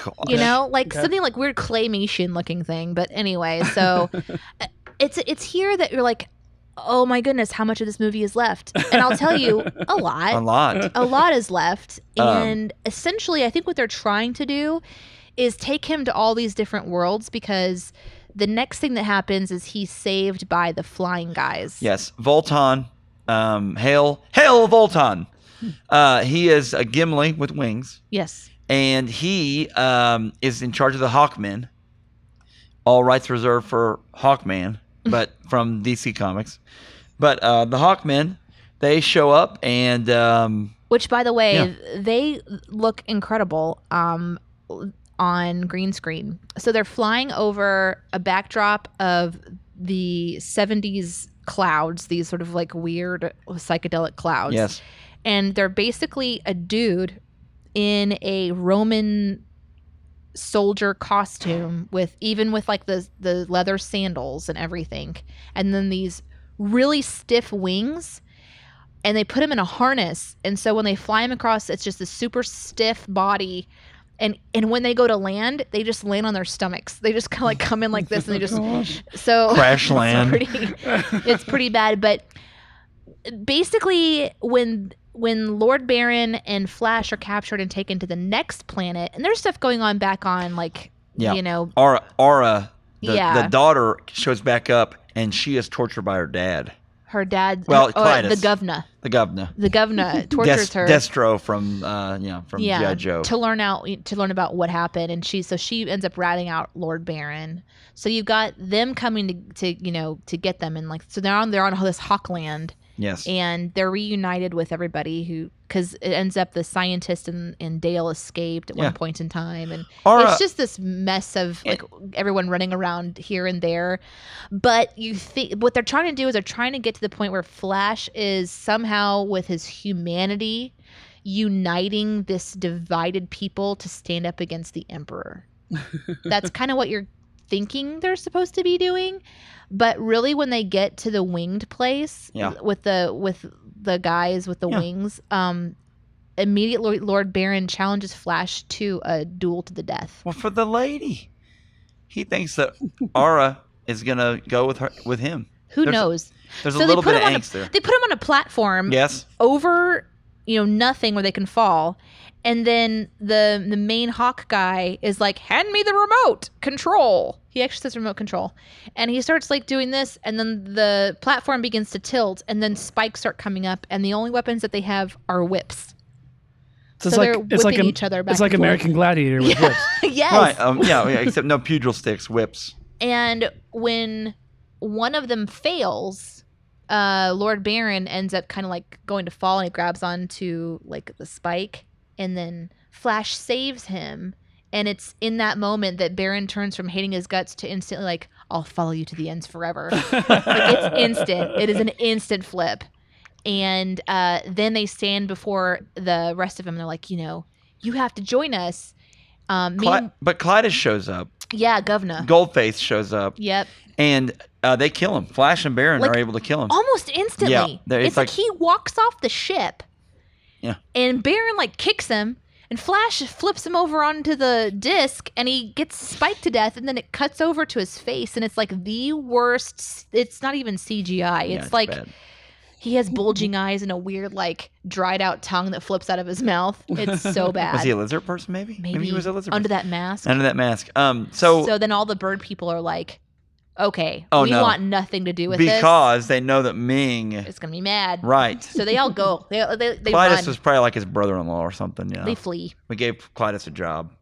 S2: God.
S1: you know, like
S3: Okay.
S1: something like weird claymation looking thing. But anyway, so uh, it's it's here that you're like, oh my goodness, how much of this movie is left? And I'll tell you, a lot
S2: a lot.
S1: a lot is left
S2: Um,
S1: and essentially i think what they're trying to do is take him to all these different worlds because the next thing that happens is he's saved by the flying guys
S2: Yes, Voltan. Um, hail, hail Voltan. Uh, he is a Gimli with wings,
S1: yes
S2: and he um, is in charge of the Hawkmen. All rights reserved for Hawkman, but from DC Comics. But uh, the Hawkmen, they show up, and um,
S1: which by the way they look incredible um on green screen so they're flying over a backdrop of the 70s clouds these sort of like weird psychedelic clouds
S2: yes,
S1: and they're basically a dude in a Roman soldier costume with even with like the the leather sandals and everything and then these really stiff wings and they put him in a harness and so when they fly him across it's just a super stiff body and and when they go to land they just land on their stomachs they just kind of like come in like this and they just so
S2: crash land.
S1: it's pretty, it's pretty bad. But basically, when when Lord Baron and Flash are captured and taken to the next planet, and there's stuff going on back on, like
S2: Yeah.
S1: you know,
S2: Aura, Aura, the,
S1: Yeah.
S2: the daughter shows back up, and she is tortured by her dad,
S1: her dad,
S2: Well,
S1: or the
S2: Clytus.
S1: governor,
S2: the governor.
S1: the governor tortures
S2: Des-
S1: her.
S2: Destro from uh, you know from G.I. Joe.
S1: to learn out to learn about what happened and she so she ends up ratting out lord baron so you've got them coming to, to you know to get them and like so they're on they're on this hawkland
S2: yes,
S1: and they're reunited with everybody who because it ends up the scientist and, and dale escaped at
S2: Yeah. uh,
S1: one point in time and
S2: Aura.
S1: it's just this mess of like everyone running around here and there but you think what they're trying to do is they're trying to get to the point where flash is somehow with his humanity uniting this divided people to stand up against the emperor that's kind of what you're thinking they're supposed to be doing but really when they get to the winged place
S2: Yeah.
S1: with the with the guys with the
S2: Yeah.
S1: wings um immediately lord baron challenges flash to a duel to the death
S2: Well, for the lady, he thinks that Aura is gonna go with her with him.
S1: who
S2: There's a-
S1: knows
S2: There's
S1: So
S2: a
S1: they
S2: little
S1: put
S2: bit of
S1: him on a-
S2: angst there.
S1: they put him on a platform
S2: Yes,
S1: over you know nothing where they can fall and then the the main hawk guy is like hand me the remote control he actually says remote control and he starts like doing this and then the platform begins to tilt and then spikes start coming up and the only weapons that they have are whips
S3: So
S1: so
S3: it's
S1: they're
S3: like
S1: whipping
S3: it's like
S1: each other back
S3: it's like
S1: and forth.
S3: American Gladiator with whips.
S1: yes
S2: right. Um, yeah, yeah, except no pugil sticks, whips.
S1: And when one of them fails, uh, Lord Baron ends up kind of like going to fall and he grabs onto like the spike. And then Flash saves him. And it's in that moment that Baron turns from hating his guts to instantly like, I'll follow you to the ends forever. Like, it's instant. It is an instant flip. And uh, then they stand before the rest of them. They're like, you know, you have to join us. Um, me
S2: Cly-
S1: and-
S2: but Clytus shows up.
S1: yeah, Govna.
S2: Goldface shows up,
S1: yep.
S2: and uh, they kill him. Flash and Baron
S1: Like,
S2: are able to kill him.
S1: almost instantly.
S2: Yeah, there-
S1: it's,
S2: it's
S1: like,
S2: like-
S1: he walks off the ship.
S2: Yeah.
S1: And Baron like kicks him, and Flash flips him over onto the disc, and he gets spiked to death, and then it cuts over to his face, and it's like the worst. s- It's not even CGI.
S2: Yeah,
S1: it's, like
S2: bad.
S1: he has bulging eyes and a weird like dried out tongue that flips out of his mouth. It's so bad.
S2: was he a lizard person? Maybe.
S1: Maybe,
S2: he was a lizard.
S1: under
S2: person.
S1: that mask.
S2: under that mask. Um. So,
S1: so then all the bird people are like. okay,
S2: Oh,
S1: we
S2: no.
S1: want nothing to do with this.
S2: because they know that Ming,
S1: It's going to be mad.
S2: right?
S1: So they all go. They, they, they run.
S2: Clytus was probably like his brother-in-law or something. Yeah,
S1: They flee.
S2: we gave Clytus a job.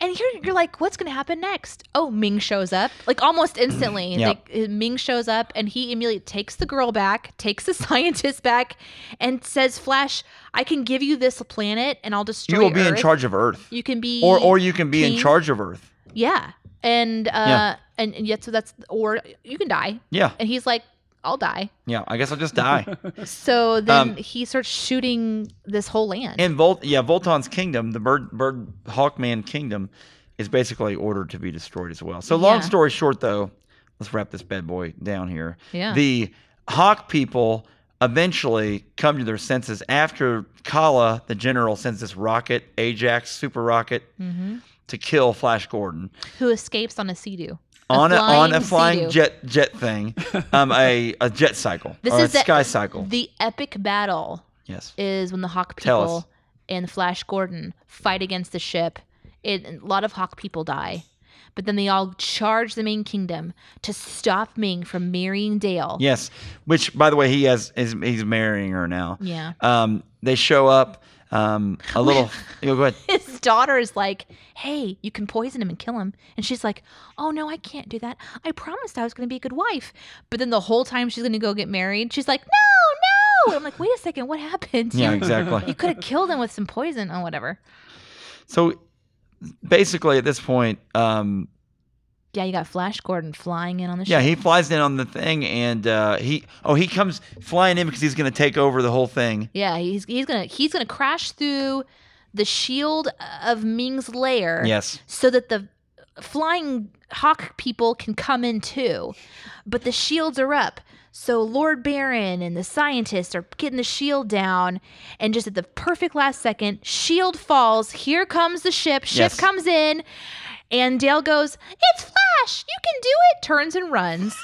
S1: And here you're like, what's going to happen next? Oh, Ming shows up. Like almost instantly.
S2: Yeah.
S1: Like uh, Ming shows up and he immediately takes the girl back, takes the scientist back, and says, Flash, I can give you this planet and I'll destroy
S2: You will be in
S1: Earth.
S2: charge of Earth,
S1: You can be
S2: or or you can be in
S1: king.
S2: charge of Earth.
S1: Yeah. And uh
S2: Yeah.
S1: and, and yet so that's or you can die.
S2: Yeah,
S1: And he's like, I'll die.
S2: yeah. I guess I'll just die.
S1: So then
S2: Um,
S1: he starts shooting this whole land.
S2: And Volt, yeah, Volton's kingdom, the bird, bird, Hawkman kingdom, is basically ordered to be destroyed as well. So, long
S1: Yeah.
S2: story short, though, let's wrap this bad boy down here.
S1: yeah.
S2: The Hawk people eventually come to their senses after Kala, the general, sends this rocket, Ajax super rocket,
S1: hmm
S2: to kill Flash Gordon
S1: Who escapes on a sea A
S2: on a, on a
S1: flying
S2: flying
S1: sea-doo.
S2: jet jet thing, um, a a jet cycle
S1: This
S2: or
S1: is
S2: a
S1: the-
S2: sky cycle.
S1: The epic battle
S2: yes,
S1: is when the Hawk
S2: Tell us.
S1: people and Flash Gordon fight against the ship. It, a lot of Hawk people die, but then they all charge the main kingdom to stop Ming from marrying Dale.
S2: yes. Which, by the way, he has is he's marrying her now.
S1: Yeah.
S2: Um, they show up. Um, a little. you go ahead.
S1: His daughter is like, "Hey, you can poison him and kill him," and she's like, "Oh no, I can't do that. I promised I was going to be a good wife." But then the whole time she's going to go get married, she's like, "No, no!" I'm like, "Wait a second, what happened?
S2: Yeah,
S1: You-
S2: exactly.
S1: you could have killed him with some poison. Oh, whatever.
S2: So basically, at this point, um,
S1: Yeah, you got Flash Gordon flying in on the ship.
S2: yeah, he flies in on the thing, and uh, he oh he comes flying in because he's going to take over the whole thing.
S1: Yeah, he's he's gonna he's gonna crash through the shield of Ming's lair.
S2: Yes,
S1: So that the flying hawk people can come in too, but the shields are up. So Lord Baron and the scientists are getting the shield down, and just at the perfect last second, shield falls. Here comes the ship. Ship
S2: Yes.
S1: comes in, and Dale goes, "It's Flash! You can do it!" Turns and runs.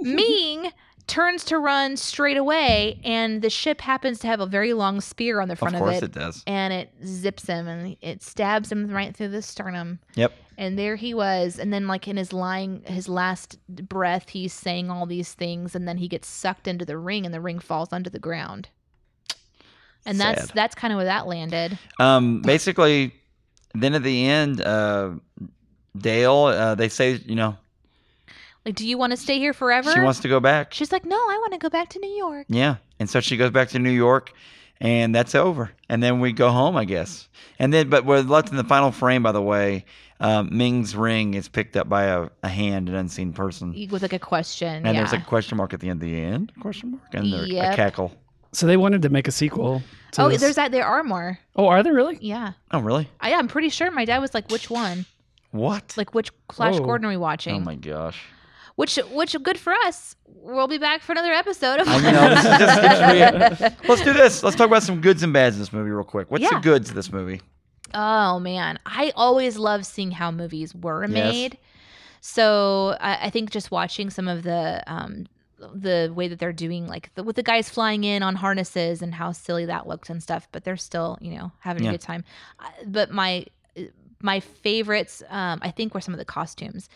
S1: Ming turns to run straight away, and the ship happens to have a very long spear on the
S2: of
S1: front of,
S2: course
S1: it,
S2: it does.
S1: and it zips him and it stabs him right through the sternum.
S2: Yep.
S1: And there he was, and then like in his lying, his last breath, he's saying all these things, and then he gets sucked into the ring, and the ring falls onto the ground. And that's
S2: Sad.
S1: that's kind of where that landed.
S2: Um, basically, then at the end, uh, Dale, uh, they say you know
S1: Like, do you want to stay here forever?
S2: she wants to go back.
S1: She's like, no, I want to go back to New York.
S2: Yeah, and so she goes back to New York, and that's over. And then we go home, I guess. And then, but we're left in the final frame. By the way, um, Ming's ring is picked up by a, a hand, an unseen person,
S1: With like a question.
S2: and
S1: yeah.
S2: there's a question mark at the end. The end? Question mark? And there, a
S1: Yep.
S2: cackle.
S3: So they wanted to make a sequel. To
S1: oh,
S3: this.
S1: there's that. There are more.
S3: Oh, are there really?
S1: Yeah.
S2: Oh, really?
S1: I, yeah, I'm pretty sure my dad was like, which one?
S2: What?
S1: Like, which Flash
S3: Whoa.
S1: Gordon are we
S2: oh
S1: watching?
S2: my gosh!
S1: which, which, good for us. We'll be back for another episode of.
S2: I know, this is just- it's Let's do this. Let's talk about some goods and bads in this movie real quick. What's the
S1: Yeah.
S2: goods of this movie?
S1: Oh man, I always love seeing how movies were
S2: Yes.
S1: made. So I, I think just watching some of the um, the way that they're doing, like the, with the guys flying in on harnesses and how silly that looked and stuff, but they're still you know having
S2: Yeah.
S1: a good time. Uh, but my my favorites, um, I think, were some of the costumes.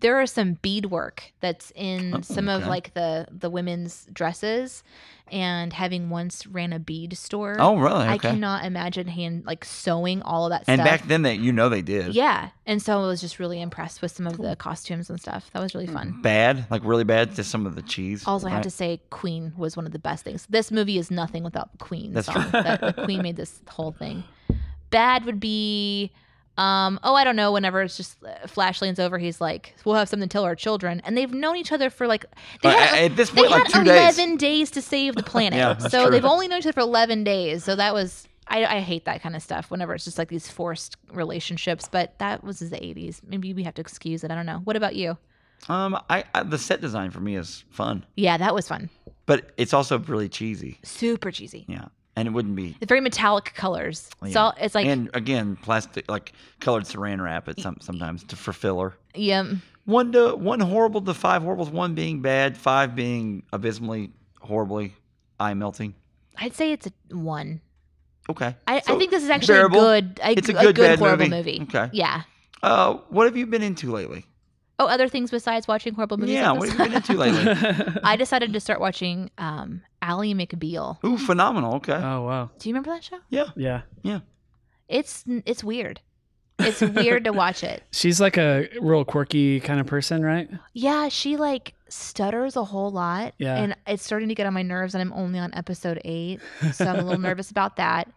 S1: There are some beadwork that's in
S2: Oh,
S1: some of
S2: okay.
S1: like the the women's dresses, and having once ran a bead store.
S2: Oh, really?
S1: I
S2: Okay.
S1: cannot imagine hand like sewing all of that
S2: And
S1: stuff.
S2: back then, that you know they did.
S1: yeah, and so I was just really impressed with some of the costumes and stuff. That was really fun.
S2: Bad, like really bad, just some of the cheese.
S1: Also, I have
S2: Mm-hmm. right?
S1: to say, Queen was one of the best things. This movie is nothing without Queen.
S2: That's
S1: song.
S2: true.
S1: That, the Queen made this whole thing. Bad would be, um, oh, I don't know. Whenever it's just uh, Flash leans over, he's like, "We'll have something to tell our children," and they've known each other for like they
S2: Uh,
S1: had
S2: at this
S1: they
S2: point, like
S1: had
S2: two days.
S1: 11 days. to save the planet.
S2: Yeah, that's
S1: so
S2: true.
S1: they've only known each other for 11 days. So that was, I, I hate that kind of stuff whenever it's just like these forced relationships, but that was the 80s. Maybe we have to excuse it. I don't know. What about you?
S2: Um, I, I the set design for me is fun,
S1: Yeah, that was fun.
S2: but it's also really cheesy.
S1: Super cheesy.
S2: Yeah, and it wouldn't be.
S1: The Very metallic colors. It's
S2: Oh, Yeah.
S1: all, it's like,
S2: and again, plastic like colored Saran wrap. It some, sometimes to for filler.
S1: yeah.
S2: One to one horrible to five horribles. One being bad, five being abysmally, horribly, eye melting.
S1: I'd say it's a one.
S2: Okay.
S1: I,
S2: So,
S1: I think this is actually
S2: bearable.
S1: a good, a,
S2: It's a
S1: a
S2: good, bad
S1: horrible
S2: movie.
S1: movie.
S2: Okay.
S1: Yeah.
S2: Uh, what have you been into lately?
S1: Oh, other things besides watching horrible movies.
S2: yeah,
S1: like
S2: what
S1: this?
S2: have you been into lately?
S3: oh
S1: I decided to start watching um, Ally McBeal.
S2: Ooh, phenomenal. Okay.
S3: Oh, wow.
S1: Do you remember that show?
S3: Yeah.
S1: It's it's weird. It's weird to watch it.
S3: She's like a real quirky kind of person, right?
S1: Yeah, she like stutters a whole lot.
S3: Yeah.
S1: And it's starting to get on my nerves, and I'm only on episode eight. So I'm a little nervous about that.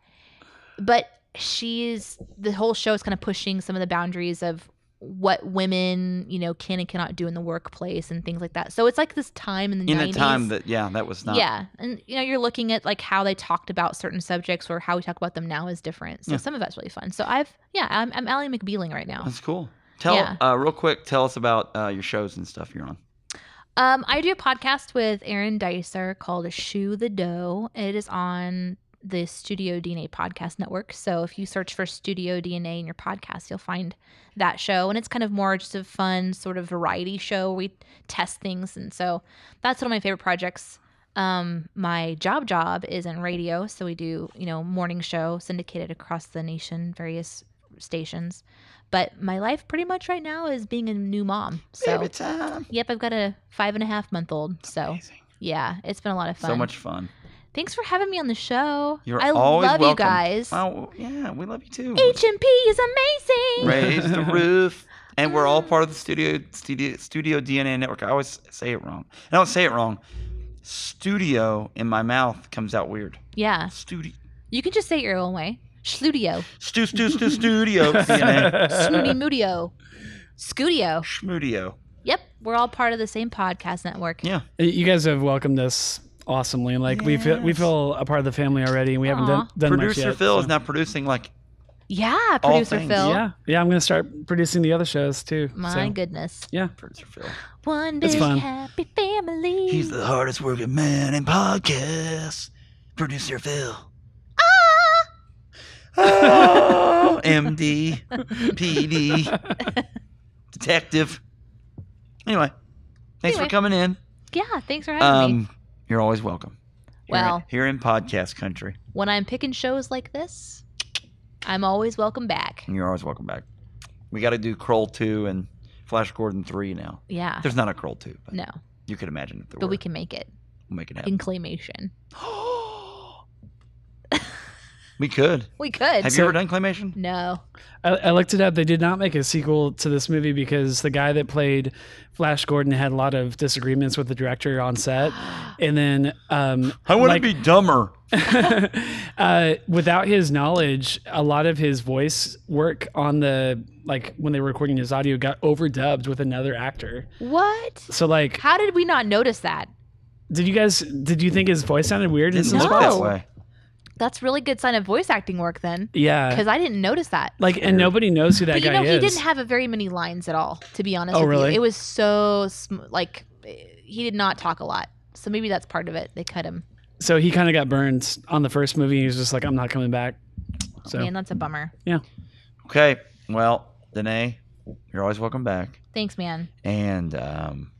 S1: But she's the whole show is kind of pushing some of the boundaries of what women, you know, can and cannot do in the workplace and things like that. So it's like this time in the
S2: In
S1: 90s.
S2: a time that, yeah, that was not.
S1: yeah. And you know, you're looking at like how they talked about certain subjects or how we talk about them now is different. So
S2: Yeah.
S1: some of that's really fun. So I've yeah, I'm I'm Ally McBealing right now.
S2: That's cool. Tell
S1: Yeah.
S2: uh, real quick. Tell us about uh, your shows and stuff you're on.
S1: Um, I do a podcast with Aaron Dicer called Shoe the Dough. It is on the Studio DNA Podcast Network. So if you search for Studio DNA in your podcast, you'll find that show. And it's kind of more just a fun sort of variety show. We test things. And so that's one of my favorite projects. Um, my job job is in radio. So we do, you know, morning show syndicated across the nation, various stations. But my life pretty much right now is being a new mom. So
S2: Baby time.
S1: Yep, I've got a five and a half month old. So
S2: Amazing.
S1: yeah, it's been a lot of fun.
S2: So much fun.
S1: Thanks for having me on the show.
S2: You're
S1: I
S2: always
S1: love you
S2: welcome.
S1: guys.
S2: Wow. Yeah, we love you too.
S1: HMP is amazing.
S2: Raise the roof. And we're
S1: Mm.
S2: all part of the studio, studio studio DNA network. I always say it wrong. And I don't say it wrong. Studio in my mouth comes out weird.
S1: Yeah,
S2: Studio.
S1: you can just say it your own way. Schludio,
S2: Stu, stu, stu, studio. DNA.
S1: Smoody Moodio, Scudio.
S2: Schmudio.
S1: Yep, we're all part of the same podcast network.
S2: Yeah.
S3: you guys have welcomed us awesomely. Like we feel we
S2: Yes.
S3: feel a part of the family already, and we haven't
S1: Aw.
S3: done, done much
S2: Producer
S3: yet,
S2: Phil is
S3: so-
S2: now producing like
S1: Yeah,
S2: All
S1: producer
S2: things.
S1: Phil.
S3: Yeah, yeah. I'm gonna start producing the other shows too.
S1: My
S3: so-
S1: goodness.
S3: Yeah.
S2: producer Phil.
S1: One
S3: It's
S1: big
S3: fun.
S1: happy family.
S2: He's the hardest working man in podcasts. Producer Phil. Ah! MD, PD, detective. Anyway, thanks
S1: Anyway.
S2: for coming in.
S1: yeah, thanks for having me.
S2: Um, you're always welcome. Here in-
S1: Well.
S2: here in podcast country,
S1: When I'm picking shows like this, I'm always welcome back.
S2: you're always welcome back. We got to do Kroll two and Flash Gordon three now.
S1: Yeah.
S2: There's not a Kroll two, but
S1: No,
S2: you could imagine if there
S1: but
S2: were.
S1: we can make it.
S2: we'll make it happen.
S1: in claymation.
S2: we could.
S1: We could.
S2: Have you ever done claymation?
S1: no.
S3: I, I looked it up. They did not make a sequel to this movie because the guy that played Flash Gordon had a lot of disagreements with the director on set, and then um,
S2: wanna
S3: like-
S2: dumber.
S3: uh, without his knowledge, a lot of his voice work on the like when they were recording his audio got overdubbed with another actor.
S1: What?
S3: So like,
S1: How did we not notice that?
S3: did you guys did you think his voice sounded weird? in
S2: Didn't
S3: some
S2: look
S3: spots?
S2: that
S1: No.
S2: way.
S1: That's really good sign of voice acting work then,
S3: Yeah,
S1: because I didn't notice that.
S3: like and nobody knows who that
S1: But you
S3: guy
S1: know,
S3: is.
S1: he didn't have a very many lines at all. To be honest
S3: Oh,
S1: with
S3: really?
S1: you, it was so sm- like eh, he did not talk a lot. So maybe that's part of it. They cut him.
S3: so he kind of got burned on the first movie. He was just like, I'm not coming back. So
S1: Man, that's a bummer.
S2: Okay. Well, Danae, you're always welcome back.
S1: Thanks, man.
S2: And um,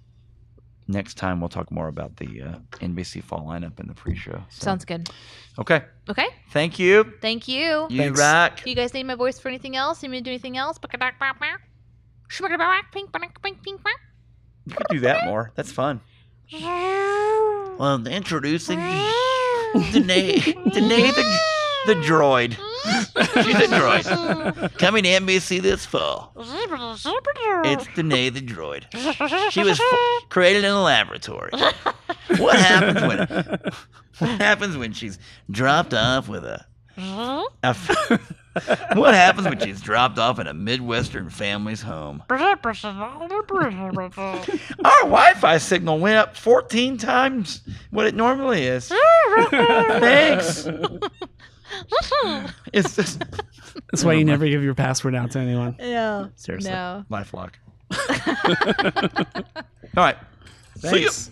S2: next time we'll talk more about the uh, NBC fall lineup in the pre-show. So-
S1: Sounds good.
S2: okay.
S1: Okay.
S2: Thank you.
S1: Thank you.
S2: You
S3: Thanks.
S2: rock.
S1: Do you guys need my voice for anything else? You need me to do anything else?
S2: You could do that more. That's fun. Well, introducing Danae, Danae the, the droid. She's a droid. Coming to NBC this fall. It's Danae the droid. She was f- created in a laboratory. What happens when? What happens when she's dropped off with a? a f- what happens when she's dropped off in a midwestern family's home? Our Wi-Fi signal went up 14 times what it normally is. Thanks. It's just
S3: that's why you never give your password out to anyone.
S1: No.
S2: seriously
S1: No.
S2: lifelock. All right. See ya.
S3: Thanks.